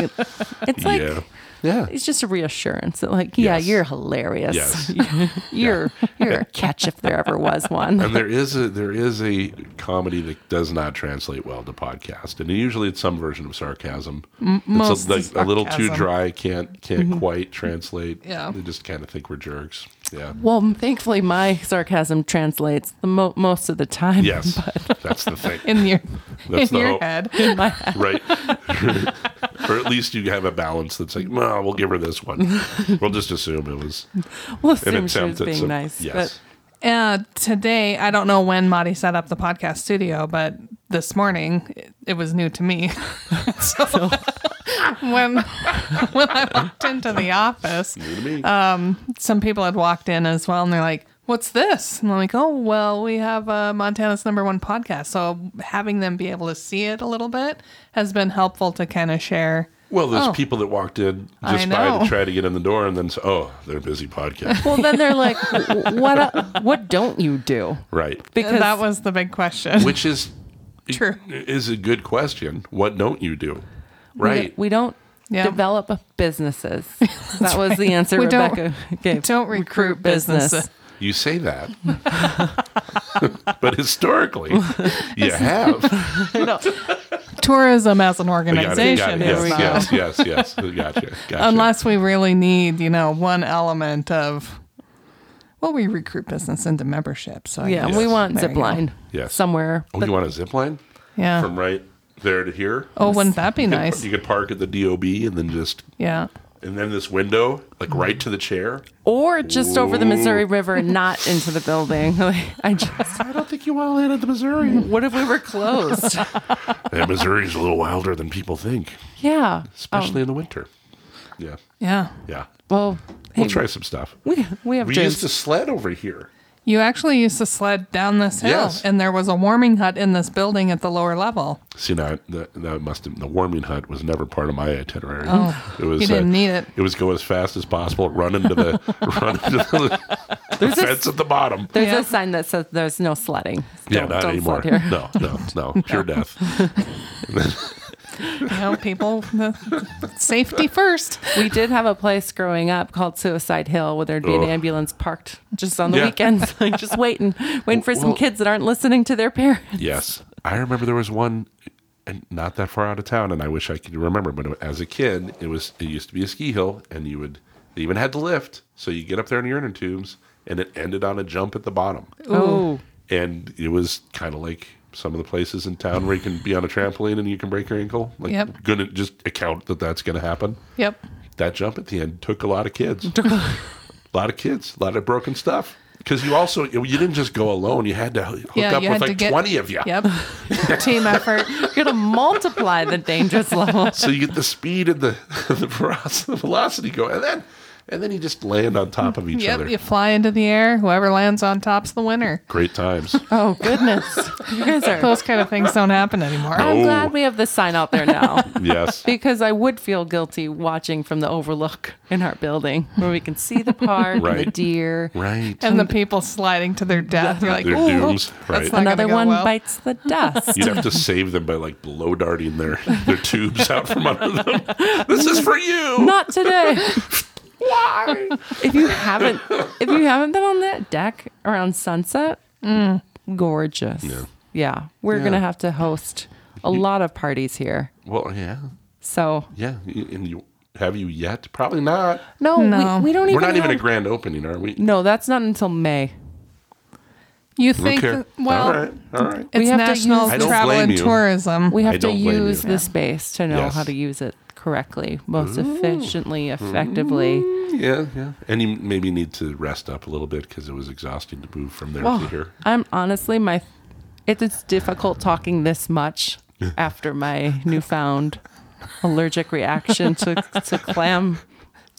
it's like,
yeah. Yeah.
it's just a reassurance that, like, yeah,
Yes.
you're hilarious.
Yes.
you're, you're a catch if there ever was one.
And there is a there is a comedy that does not translate well to podcast, and usually it's some version of sarcasm.
most
it's
is
a, like, a little
sarcasm.
too
Mm-hmm.
dry. Can't can't quite translate.
Yeah.
they just kind of think we're jerks. Yeah.
Well, thankfully, my sarcasm translates the mo- most of the time.
Yes, that's the thing.
In your,
That's
in
the
your
hope.
head.
In my
right? or at least you have a balance that's like, well, we'll give her this one. We'll just assume it was
We'll
an
assume she
attempt
was
at
being
some-
nice.
Yes,
Uh, today, I don't know when Madi set up the podcast studio, but this morning it, it was new to me. so, when when I walked into the office,
new to me.
uh, some people had walked in as well, and they're like, "What's this?" And I'm like, "Oh, well, we have uh, Montana's number one podcast." So having them be able to see it a little bit has been helpful to kind of share.
well, there's
oh.
people that walked in
I
just by
know.
to try to get in the door, and then say, oh, they're busy podcasting.
Well, then they're like, "W- "What? what don't you do?"
right.
Because
that was the big question.
Which is
True.
is a good question. What don't you do?
we-
Right.
we, don't
Yeah.
develop businesses. That was the answer
We don't-
Rebecca gave.
don't recruit businesses.
you say that. but historically, you have.
Tourism as an
We got it, got
organization
it.
is not.
Yes, yes, yes, yes. Gotcha. Gotcha.
unless we really need you know one element of well we recruit business into membership so I
Yeah,
guess.
we want
There you go.
zipline
Yes.
somewhere.
oh, you want a zip line?
yeah
from right there to here.
Uh. oh wouldn't that be
You could-
nice
You could park at the DOB and then just
yeah
and then this window, like
Mm-hmm.
right to the chair.
Or just over the Missouri River, not into the building. Like, I just,
I don't think you want to land at the Missouri.
Mm-hmm.
what if we were closed?
yeah, Missouri's a little wilder than people think,
yeah. Oh,
especially in the winter. Yeah,
Yeah.
yeah.
well, hey,
We'll try some stuff.
we, we have
We
dreams.
used a sled over here.
You actually used to sled down this hill,
Yes.
and there was a warming hut in this building at the lower level.
See now that that must have the warming hut was never part of my itinerary.
Oh,
it was uh,
you didn't need it.
It was go as fast as possible, run into the run into the, the
There's a-
fence at the bottom.
There's
Yeah.
a sign that says there's no sledding.
Yeah,
Don't-
not
don't
anymore.
sled here.
No, no, no. Pure death.
You know, people, the, safety first.
We did have a place growing up called Suicide Hill where there'd be an
Ugh.
ambulance parked just on the
Yeah.
weekends, like just waiting, waiting for some
Well-
kids that aren't listening to their parents.
Yes. I remember there was one and not that far out of town, and I wish I could remember, but it- as a kid, it was it used to be a ski hill, and you would they even had the lift, so you get up there in your inner tubes, and it ended on a jump at the bottom.
Oh,
and it was kind of like some of the places in town where you can be on a trampoline and you can break your ankle. Like,
Yep.
gonna just account that that's gonna happen.
Yep.
That jump at the end took a lot of kids, a lot of kids, a lot of broken stuff. Because you also you didn't just go alone; you had to hook up with like twenty of you.
Yep. Team effort.
you're going to multiply the dangerous level.
So you get the speed and the the velocity, the velocity going, and then and then you just land on top of each
Yep.
other.
You fly into the air. Whoever lands on top's the winner.
Great times.
Oh, goodness. You guys are.
Those kind of things don't happen anymore.
I'm
No.
glad we have the sign out there now
yes.
because I would feel guilty watching from the overlook in our building where we can see the park and the
Right.
deer.
Right.
And the people sliding to their death. You're like,
Their
"Ooh,
dooms,
that's
right.
not gonna
Another
go
one
well."
bites the dust.
You'd have to save them by like blow darting their, their tubes out from under them. This is for you.
Not today.
Why?
if you haven't if you haven't been on that deck around sunset Mm. gorgeous yeah, we're gonna have to host a lot of parties here
Well, yeah,
so
yeah. y- And you have you yet? Probably not.
no,
No.
We, we don't even
We're not even a
have-
grand opening, are we?
no that's not until may
You
I don't
think,
care.
well,
all right, all right.
it's
We have to
National
use-
I don't
Travel
blame
and
you.
Tourism.
we
I
have to
don't blame
use
you.
the space to know
Yes.
how to use it correctly most efficiently effectively
Yeah, yeah. And you maybe need to rest up a little bit because it was exhausting to move from there to here.
Oh, i'm honestly my it is difficult talking this much after my newfound allergic reaction to, to clam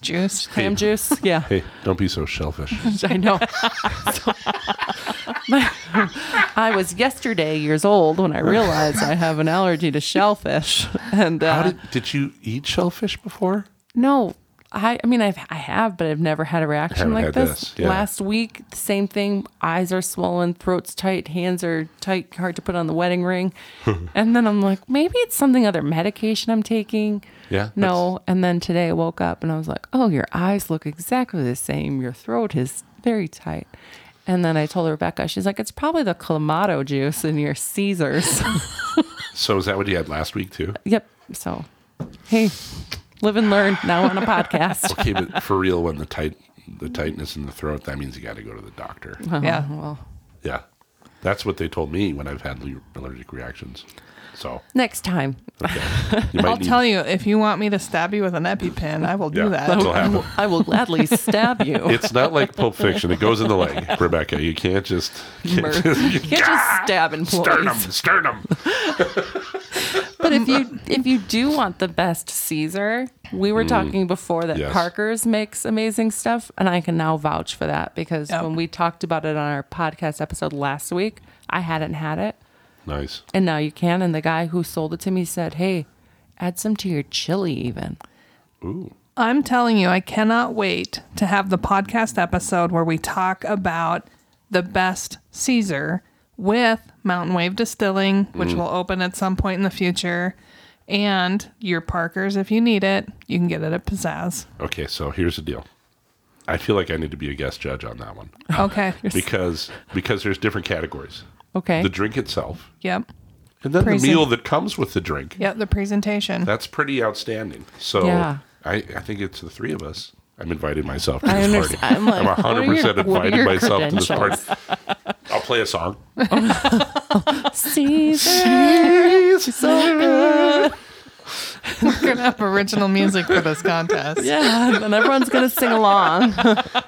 juice.
clam juice yeah
Hey, don't be so shellfish.
I know. So- my- I was yesterday years old when I realized I have an allergy to shellfish. And uh,
How did did you eat shellfish before?
no, I, I mean, I've, I have, but I've never had a reaction
Haven't
like
had
this.
this, yeah.
Last week, same thing. Eyes are swollen, throat's tight, hands are tight, hard to put on the wedding ring. and then I'm like, maybe it's something other medication I'm taking.
Yeah,
No. And then today I woke up and I was like, oh, your eyes look exactly the same. Your throat is very tight. And then I told Rebecca, she's like, it's probably the clamato juice in your Caesars.
So is that what you had last week too?
yep. So, hey, live and learn. Now we're on a podcast.
Okay, but for real, when the tight the tightness in the throat, that means you got to go to the doctor.
Yeah.
Oh, well,
Yeah. That's what they told me when I've had le- allergic reactions. So
next time.
okay. you might
I'll tell you, if you want me to stab you with an EpiPen, I will do
Yeah.
that.
That'll
I
happen.
will, I will gladly stab you.
It's not like Pulp Fiction. It goes in the leg, Rebecca. You can't just
Mur- you can't just stab
sternum,
employees.
sternum.
But if you if you do want the best Caesar, we were talking before that
Mm. Yes.
Parker's makes amazing stuff, and I can now vouch for that because
Yep.
when we talked about it on our podcast episode last week, I hadn't had it,
Nice.
and now you can. And the guy who sold it to me said, "Hey, add some to your chili, even."
Ooh.
I'm telling you, I cannot wait to have the podcast episode where we talk about the best Caesar with Mountain Wave Distilling,
Mm.
which will open at some point in the future, and your Parker's if you need it. You can get it at Pizzazz.
Okay, so here's the deal. I feel like I need to be a guest judge on that one
Okay.
because because there's different categories.
Okay.
The drink itself,
yep.
and then
Presen-
the meal that comes with the drink.
Yep. The presentation.
That's pretty outstanding. So
Yeah.
I, I think it's the three of us. I'm inviting myself to
I
this party.
understand. I'm like,
I'm
what are your-
100%
what are
inviting
your
myself to this party.
credentials?
I'll play a song.
Caesar.
Please.
so good.
looking up original music for this contest.
Yeah, and everyone's gonna sing along.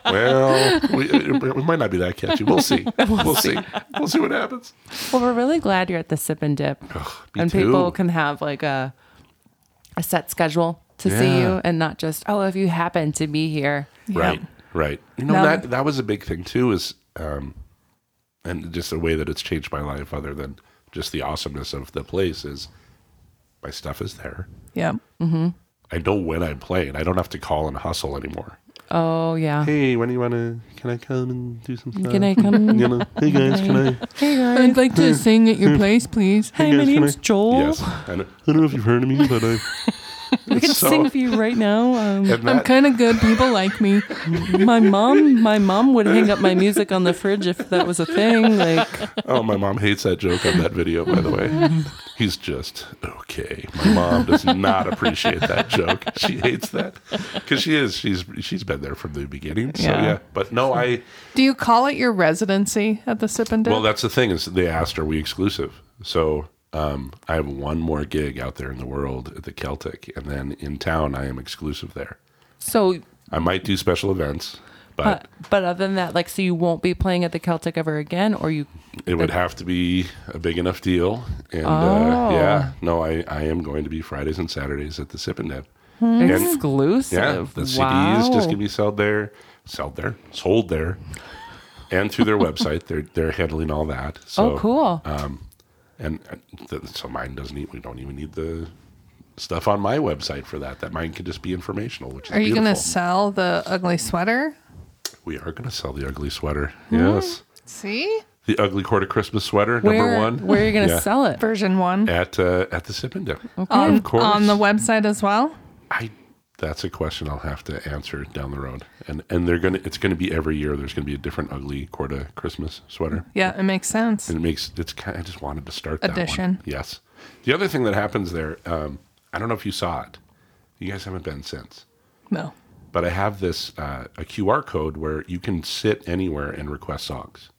Well, we, it, it might not be that catchy. We'll see. We'll see. We'll see what happens.
Well, we're really glad you're at the sip and dip,
me
and people
too.
can have like a a set schedule to see
Yeah.
you, and not just oh, if you happen to be here.
Right. Right. You know
Now-
that that was a big thing too is um and just the way that it's changed my life other than just the awesomeness of the place is my stuff is there.
Yeah.
I know when I'm playing. I don't have to call and hustle anymore.
Oh yeah.
Hey, when do you want to? Can I come and do some stuff?
Can I come?
You know, hey guys, can I?
Hey
I'd
guys.
like to sing at your place, please.
Hi,
guys,
my
can
name's
I-
Joel.
Yes, I know- I don't know if you've heard of me, but I.
I can sing for you right now. Um,
and
I'm
that-
kind of good. People like me.
my mom, my mom would hang up my music on the fridge if that was a thing. Like,
Oh, my mom hates that joke on that video, by the way. He's just okay. My mom does not appreciate that joke. She hates that because she is she's she's been there from the beginning. So
Yeah.
yeah, but no, I
Do you call it your residency at the Sip and Dip?
well that's the thing is they asked are we exclusive? So um, I have one more gig out there in the world at the Celtic, and then in town I am exclusive there.
so,
I might do special events, but
but but other than that, like, so you won't be playing at the Celtic ever again, or you?
It would have to be a big enough deal, and
Oh.
uh, yeah, no, I, I am going to be Fridays and Saturdays at the Sip and Dip.
Hmm.
And
Exclusive.
Mm-hmm. yeah, the CDs just gonna be sold there, sold there, sold there, and through their website. They're they're handling all that. So, uh,
oh, cool.
And uh, th- so mine doesn't need. We don't even need the stuff on my website for that. That mine could just be informational. Which is
Are you going to
beautiful.
sell the ugly sweater?
We are gonna sell the ugly sweater.
Hmm?
Yes,
See?
the ugly quarter Christmas sweater number
where,
one.
Where are you going to
Yeah.
sell it?
Version one.
At uh, at the Sip and Dip.
on,
Of course.
on the website as well.
I that's a question I'll have to answer down the road. And and they're gonna it's gonna be every year there's gonna be a different ugly Corda Christmas sweater.
Yeah, it makes sense.
And it makes it's kind I just wanted to start that
Addition.
One. Yes. The other thing that happens there, um, I don't know if you saw it. You guys haven't been since.
No.
But I have this uh, a QR code where you can sit anywhere and request songs.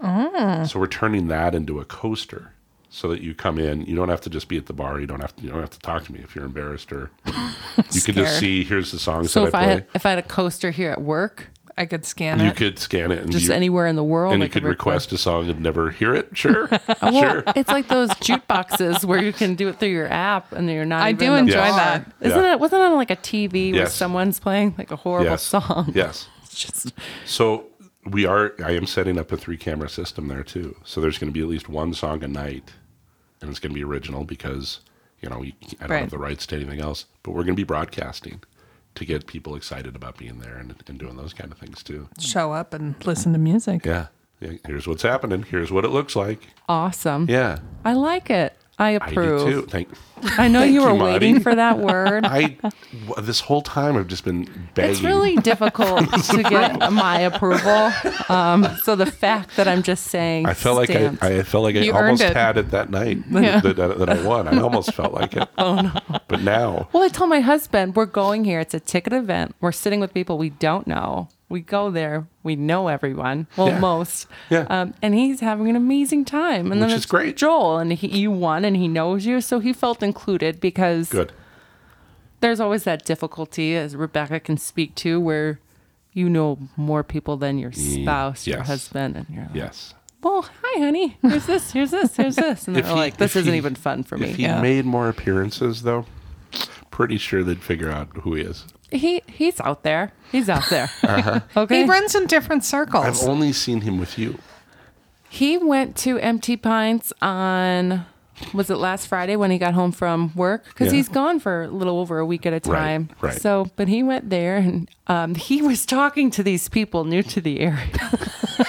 So we're turning that into a coaster so that you come in. You don't have to just be at the bar. You don't have to you don't have to talk to me if you're embarrassed or you can
Scared.
just see here's the songs
So
that
if
I
I
play.
had, if I had a coaster here at work,
I could scan
you
it.
could scan it and
just
you,
anywhere in the world,
and
I
you could request a song and never hear it. Sure.
Well,
sure.
it's like those jukeboxes where you can do it through your app, and you're not.
I
even
do
in the
enjoy
bar.
that.
Isn't
Yeah.
it? Wasn't it on like a TV where
Yes.
someone's playing like a horrible
Yes.
song?
Yes.
It's just
So we are. I am setting up a three-camera system there too. So there's going to be at least one song a night, and it's going to be original because you know you, I don't
Right.
have the rights to anything else. But we're going to be broadcasting to get people excited about being there and, and doing those kind of things too.
Show up and listen to music.
Yeah. yeah. Here's what's happening. Here's what it looks like.
awesome.
Yeah.
I like it. I
I
approve.
do too. Thank.
I know you
Thank
were
you, Marty.
waiting for that word.
I w- this whole time I've just been begging.
It's really difficult to get my approval. Um, so the fact that I'm just saying,
I felt like I,
stands.
I felt like I
You earned
almost
it.
had it that night
Yeah.
that, that, that I won. I almost felt like it. Oh no! But now
Well, I told my husband, we're going here. It's a ticket event. We're sitting with people we don't know. We go there. We know everyone. Well,
Yeah.
most.
Yeah.
Um, and he's having an amazing time. And then
Which is
it's
great.
Joel, and he, you won, and he knows you. So he felt included because
good.
there's always that difficulty, as Rebecca can speak to, where you know more people than your spouse, your
yes.
husband, and you're like,
Yes.
well, hi, honey. Here's this, here's this, here's this. And they're
If he-
like, this
if
isn't
he-
even fun for me.
If he
Yeah.
made more appearances, though, pretty sure they'd figure out who he Uh-huh. is.
He He's out there. He's out there. Okay.
He runs in different
I've
circles.
only seen him with you.
He went to Empty Pints on was it last Friday when he got home from work because
Yeah.
he's gone for a little over a week at a time.
right.
So, but he went there and um, he was talking to these people new to the area,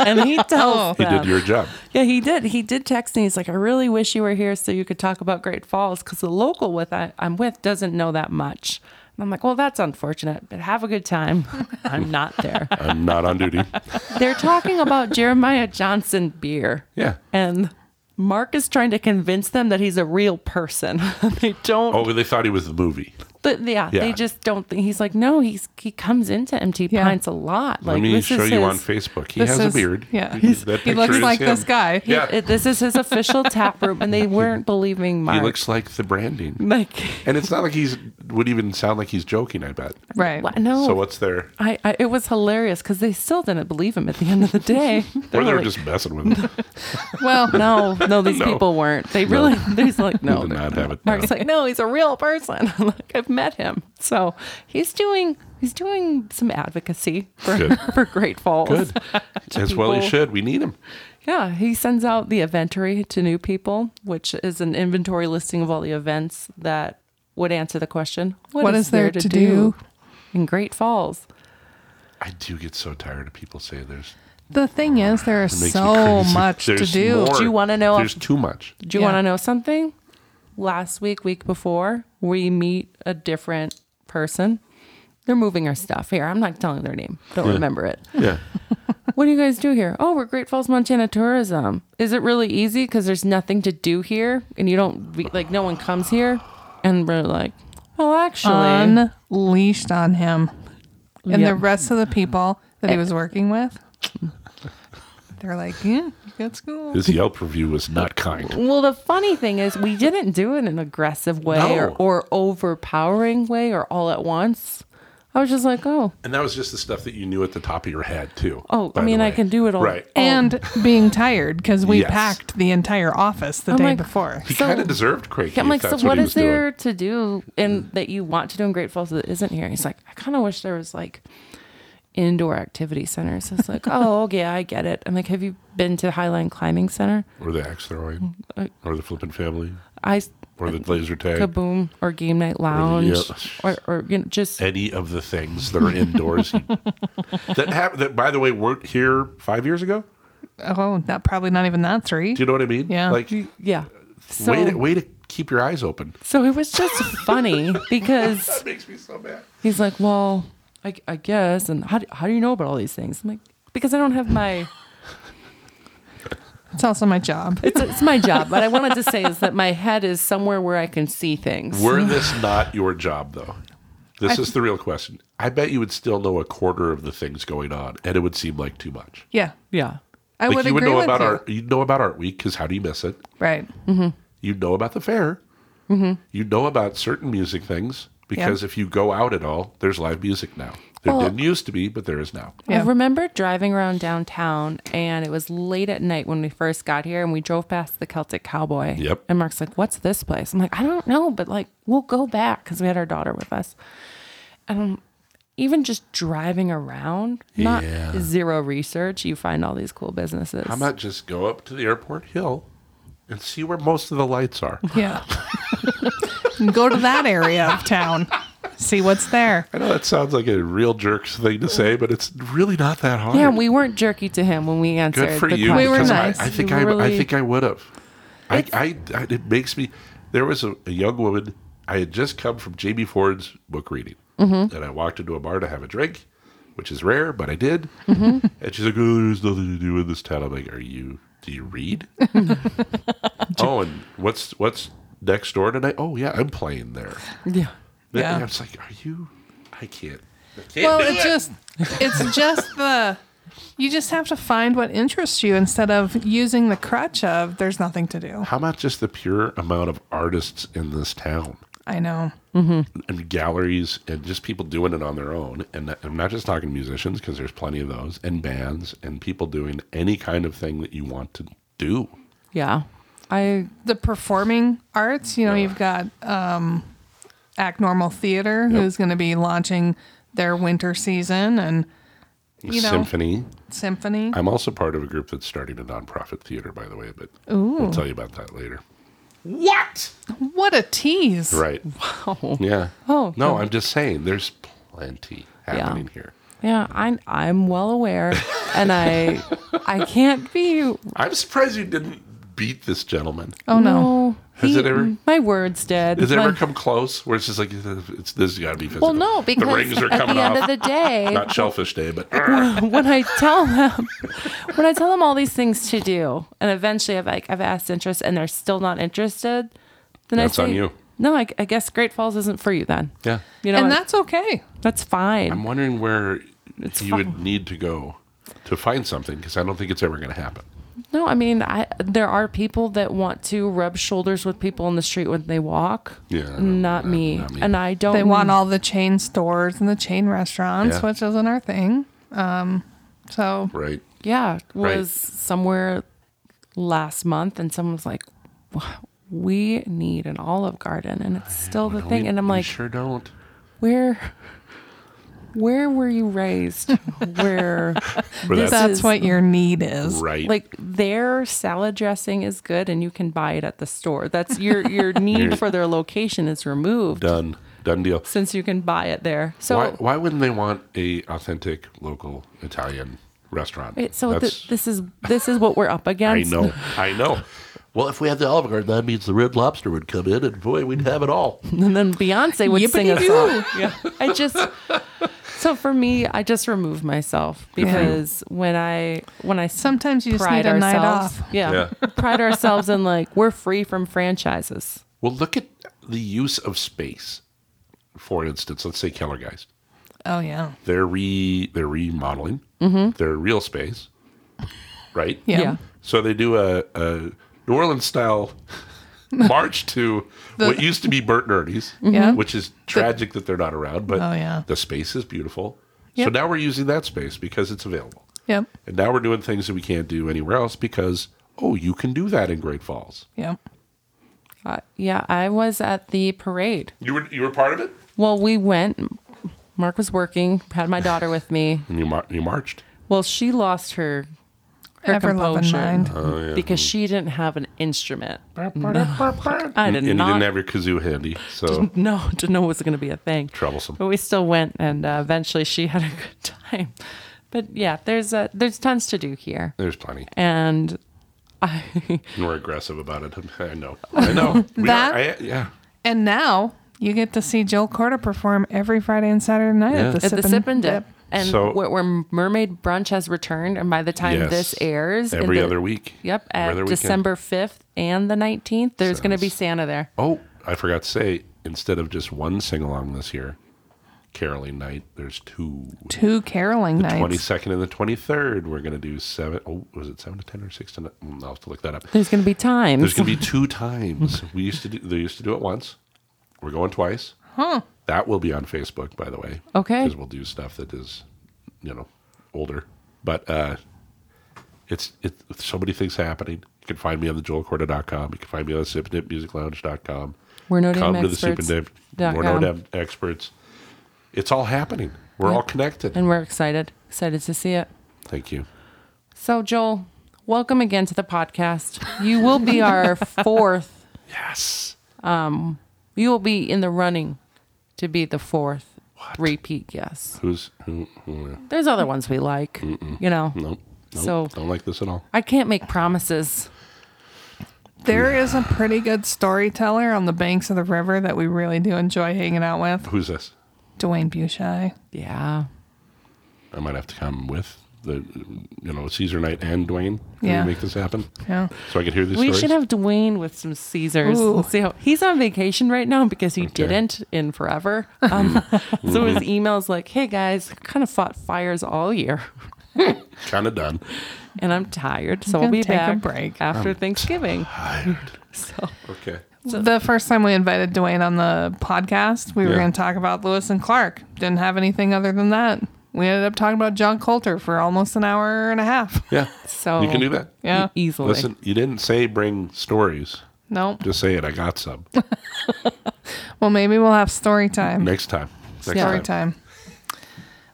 and he tells
He
them,
did your job.
yeah, he did. He did text me. He's like, I really wish you were here so you could talk about Great Falls because the local with I, I'm with doesn't know that much. And I'm like, well, that's unfortunate, but have a good time. I'm not there.
I'm not on duty.
They're talking about Jeremiah Johnson beer.
Yeah.
And Mark is trying to convince them that he's a real person. they don't.
Oh, they thought he was the movie.
But yeah,
Oh. Yeah.
they just don't think he's like, no, he's he comes into MT
Yeah.
Pints a lot. Like
Let me
this
show
is
you
his-
on Facebook. He
this
has a
is-
beard.
yeah.
He- that
he
picture
looks
is
like this
him.
guy.
he-
Yeah.
it- this is his official tap room, and they weren't believing Mark.
He looks like the branding.
like,
And it's not like he's would even sound like he's joking, I bet.
Right.
what? no,
So what's their
I, I it was hilarious because they still didn't believe him at the end of the day. They
or
were
they're
like,
just messing with him.
Well,
no, no, these
No.
people weren't. They really, they're just like, no,
did
they're-
not have it
Mark's
down.
like, no, he's a real person. like I've met him, so he's doing he's doing some advocacy for
Good.
for Great Falls.
Good. As well he
people.
should. We need him.
Yeah, he sends out the inventory to new people, which is an inventory listing of all the events that would answer the question:
What is there to do?
in Great Falls?
I do get so tired of people saying there's
the thing is, there is
It makes me
so
crazy.
much to
There's
do.
more.
Do you wanna know
There's
if-
too much.
Do you
Yeah.
want to know something? Last week, week before, we meet a different person. They're moving our stuff here. I'm not telling their name. Don't remember it.
Yeah.
What do you guys do here? Oh, we're Great Falls, Montana tourism. Is it really easy? Because there's nothing to do here, and you don't re- like no one comes here. And we're like, well, actually,
Unleashed on him. And
Yep.
the
Eh.
rest of the people that he was working with, they're like, yeah, that's cool.
His Yelp review was not kind.
Well, the funny thing is, we didn't do it in an aggressive way
No.
or, or overpowering way or all at once. I was just like, oh,
And that was just the stuff that you knew at the top of your head too.
Oh, I
by the
mean, I
way.
can do it all.
Right.
And being tired because we
Yes.
packed the entire office the day
Oh my-
before.
He
So-
kind of deserved Craig.
I'm like, so
that's
what
he
is
was doing. Mm.
there to do and that you want to do in Great Falls that isn't here? He's like, I kind of wish there was like indoor activity centers. I was like, oh, okay, I get it. I'm like, have you been to Highline Climbing Center?
Or the axe throwing,
Uh,
or the flipping family,
I
or the laser tag.
kaboom or game night lounge
yeah.
or, or you know just
Any of the things that are indoors that hap- that by the way weren't here five years ago.
Oh, not probably not even that three.
Do you know what I mean?
Yeah.
Like
yeah. So
way to, way to keep your eyes open.
so it was just funny because
That makes me so mad.
He's like, well, I, I guess. And how do, how do you know about all these things? I'm like, because I don't have my,
It's also my job.
it's, it's my job. What I wanted to say is that my head is somewhere where I can see things.
Were this not your job though? This is the real question. I bet you would still know a quarter of the things going on, and it would seem like too much.
Yeah.
yeah.
I
like
would
you
agree
know
with
about
you.
art. You know about art week because how do you miss it?
Right.
you know about the fair.
Mm-hmm.
You know about certain music things because if you go out at all, there's live music now. There
Well-
didn't used to be, but there is now.
Yeah.
I remember driving around downtown and it was late at night when we first got here and we drove past the Celtic Cowboy.
Yep.
And Mark's like, what's this place? I'm like, I don't know, but like, we'll go back because we had our daughter with us. And um, even just driving around, not
Yeah.
zero research, you find all these cool businesses.
How about just go up to the airport hill and see where most of the lights are?
Yeah. Go to that area of town. See what's there.
I know that sounds like a real jerk's thing to say, but it's really not that hard.
Yeah, we weren't jerky to him when we answered.
Good for
the
you.
question.
We were
because
nice.
I, I think
You
I, I
really-
think I would have. I, I, I it makes me. There was a, a young woman. I had just come from Jamie Ford's book reading,
Mm-hmm.
and I walked into a bar to have a drink, which is rare, but I did.
Mm-hmm.
And she's like, "Oh, there's nothing to do in this town." I'm like, "Are you? Do you read?" oh, and what's what's next door tonight? Oh, yeah, I'm playing there.
Yeah.
Yeah.
Yeah.
I was like, "Are you? I can't." I can't
Well,
do
it
it."
just it's just the you just have to find what interests you instead of using the crutch of there's nothing to do.
How about just the pure amount of artists in this town?
I know.
and galleries and just people doing it on their own. And I'm not just talking musicians because there's plenty of those and bands and people doing any kind of thing that you want to do.
Yeah. I
The performing arts, you know, you've got um Act Normal Theater who's going to be launching their winter season and you know
Symphony.
symphony.
I'm also part of a group that's starting a nonprofit theater, by the way, but we'll tell you about that later.
What?
What a tease.
Right. Wow. Yeah.
Oh,
No, I'm just saying there's plenty happening here.
yeah, I'm I'm well aware and I I can't be
I'm surprised you didn't beat this gentleman.
Oh no.
Has
he-
it ever-
my words dead.
Has it
My-
ever come close where it's just like, it's, this has got to be physical?
well no, because
the rings are
at
coming
the
off.
end of the day
Not shellfish day, but
when I tell them when I tell them all these things to do and eventually I've like I've asked interest and they're still not interested, then
that's
I say
on you.
No, I, I guess Great Falls isn't for you then.
Yeah.
You know,
and
what?
that's okay.
that's fine.
I'm wondering where
It's
you would
fine.
need to go to find something because I don't think it's ever going to happen.
No, I mean, I there are people that want to rub shoulders with people in the street when they walk.
Yeah, I don't-
not,
not-
me.
not me.
And I don't.
They want all the chain stores and the chain restaurants,
Yeah.
which isn't our thing. Um, so
Right.
Yeah, was
Right.
somewhere last month, and someone was like, "Wha- "We need an Olive Garden," and it's still the
No,
thing.
we-
and I'm
we
like,
sure don't.
"Where, where were you raised? where,
Where
This
that's
that's
is-
what your need is.
right.
like, their salad dressing is good, and you can buy it at the store. That's your your need for their location is removed."
done. Done deal.
since you can buy it there. So
why, why wouldn't they want a authentic local Italian restaurant?
wait, so th-
That's-
this is this is what we're up
I
against.
know. I know.
Well, if we had the Olive Garden, that means the red lobster would come in, and boy, we'd have it all.
And then Beyonce would sing a
Yippity-doo.
song. Yeah. I just so for me, I just remove myself because when I when I
Sometimes you just need a night off.
yeah,
Yeah.
pride ourselves in like we're free from franchises.
Well, look at the use of space. For instance, let's say Keller Guys.
Oh yeah.
They're re they're remodeling their real space, right?
Mm-hmm. Yeah.
Yeah.
So they do a, a New Orleans style march to what used to be Bert and Ernie's,
Mm-hmm. Yeah.
which is tragic that they're not around, but
Oh, yeah.
the space is beautiful. So
Yep.
now we're using that space because it's available.
Yep.
And now we're doing things that we can't do anywhere else because, oh, you can do that in Great Falls.
Yep.
Uh, yeah, I was at the parade.
You were you were part of it?
Well, we went. Mark was working. Had my daughter with me.
And you, mar- you marched.
Well, she lost her her
Ever loving
composure
mind.
because she didn't have an instrument. I did
and you
not
didn't have your kazoo handy, so
no, didn't know it was going to be a thing.
troublesome.
But we still went, and uh, eventually she had a good time. But yeah, there's uh, there's tons to do here,
There's plenty.
and I
And we're aggressive about it. I know. I know. We are.
That-
I- yeah.
And now you get to see Jill Corder perform every Friday and Saturday night
Yeah.
at the
at
Sip
the sip and dip, and
So-
where, where Mermaid Brunch has returned, and by the time
Yes.
this airs, in
Every
the-
other week.
Yep,
Every
at
other weekend.
December fifth and the nineteenth, there's going to be
Sounds-
Santa there.
Oh, I forgot to say, instead of just one sing along this year, caroling night, there's two.
Two caroling nights.
22nd and the 23rd, we're going to do seven. Oh, was it seven to 10 or six to nine? Mm, I'll have to look that up.
There's going to be
There's
times.
going to be two times. We used to do, they used to do it once. We're going twice.
Huh.
That will be on Facebook, by the way.
Okay.
Because we'll do stuff that is, you know, older. But uh, it's it. So many things happening. You can find me on the joelcorda.com. You can find me on the sipnipmusiclounge.com.
We're no damn
Come to the Sip and
experts.
Dip.
dot
We're no
com.
damn experts. It's all happening. We're all connected.
and we're excited, excited to see it.
Thank you.
So Joel, welcome again to the podcast. You will be our fourth
Yes.
You will be in the running to be the fourth repeat guest.
Who's who? who
There's other ones we like, you know.
nope, nope.
So-
don't like this at all.
I can't make promises.
There is a pretty good storyteller on the banks of the river that we really do enjoy hanging out with.
Who's this?
Dwayne Bushai.
Yeah.
I might have to come with the, you know, Caesar Knight and Dwayne. Can
Yeah.
we make this happen?
Yeah.
So I could hear these
We
stories.
should have Dwayne with some Caesars.
Ooh.
and See how he's on vacation right now because he didn't in forever.
Mm-hmm.
Um, so his email's like, "Hey guys, kind of fought fires all year,
kind of done.
and I'm tired, so
I'm
I'll be
gonna
back
take a break."
after Thanksgiving."
Tired.
So
Okay.
The first time we invited Dwayne on the podcast, we were
Yeah.
going to talk about Lewis and Clark. Didn't have anything other than that. We ended up talking about John Coulter for almost an hour and a half.
Yeah.
So-
you can do that.
Yeah.
easily.
Listen, you didn't say bring stories.
No.
Just say it. I got some.
Well, maybe we'll have story time.
Next time. Next
story time.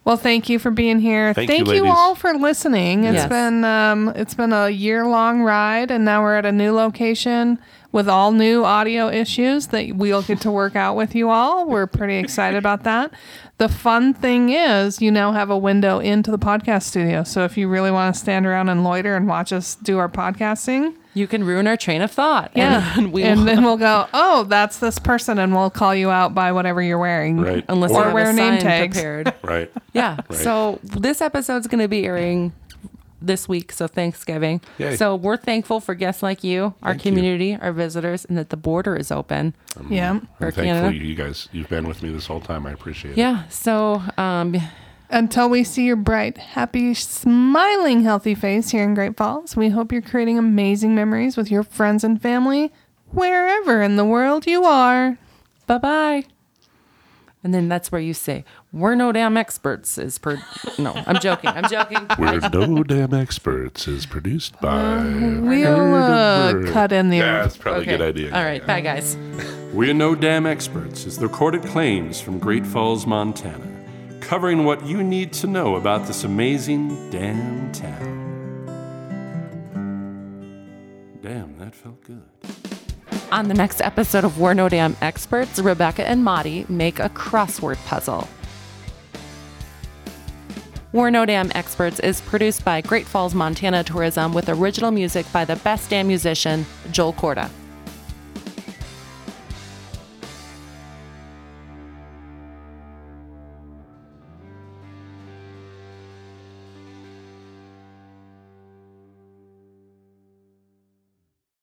Well, thank you for being here.
Thank you,
thank you,
ladies.
all for listening. It's
Yes.
been um, it's been a year long ride, and now we're at a new location with all new audio issues that we'll get to work out with you all. We're pretty excited about that. The fun thing is, you now have a window into the podcast studio. So if you really want to stand around and loiter and watch us do our podcasting,
you can ruin our train of thought.
yeah,
and we
and
will,
then we'll go, oh, that's this person, and we'll call you out by whatever you're wearing.
Right.
unless
Or
you have
wear
a sign
name tags.
prepared.
Right.
Yeah. So this episode's going to be airing this week, so Thanksgiving.
Yay.
So we're thankful for guests like you, our
Thank you.
community, our visitors, and that the border is open.
yeah.
I'm
Or
thankful
Canada.
you guys, you've been with me this whole time. I appreciate it.
Yeah. So um,
Until we see your bright, happy, smiling, healthy face here in Great Falls, we hope you're creating amazing memories with your friends and family wherever in the world you are.
bye bye. And then that's where you say, "We're no damn experts." Is per no, I'm joking. I'm joking.
We're No Damn Experts is produced by.
We'll uh,
Word.
cut in the.
Yeah, that's probably a good
Okay.
idea.
All right. Bye, guys.
We Are No Damn Experts is the recorded claims from Great Falls, Montana, covering what you need to know about this amazing damn town. Damn, that felt good.
On the next episode of We're No Damn Experts, Rebecca and Madi make a crossword puzzle. We're No Damn Experts is produced by Great Falls, Montana Tourism with original music by the best damn musician, Joel Corda.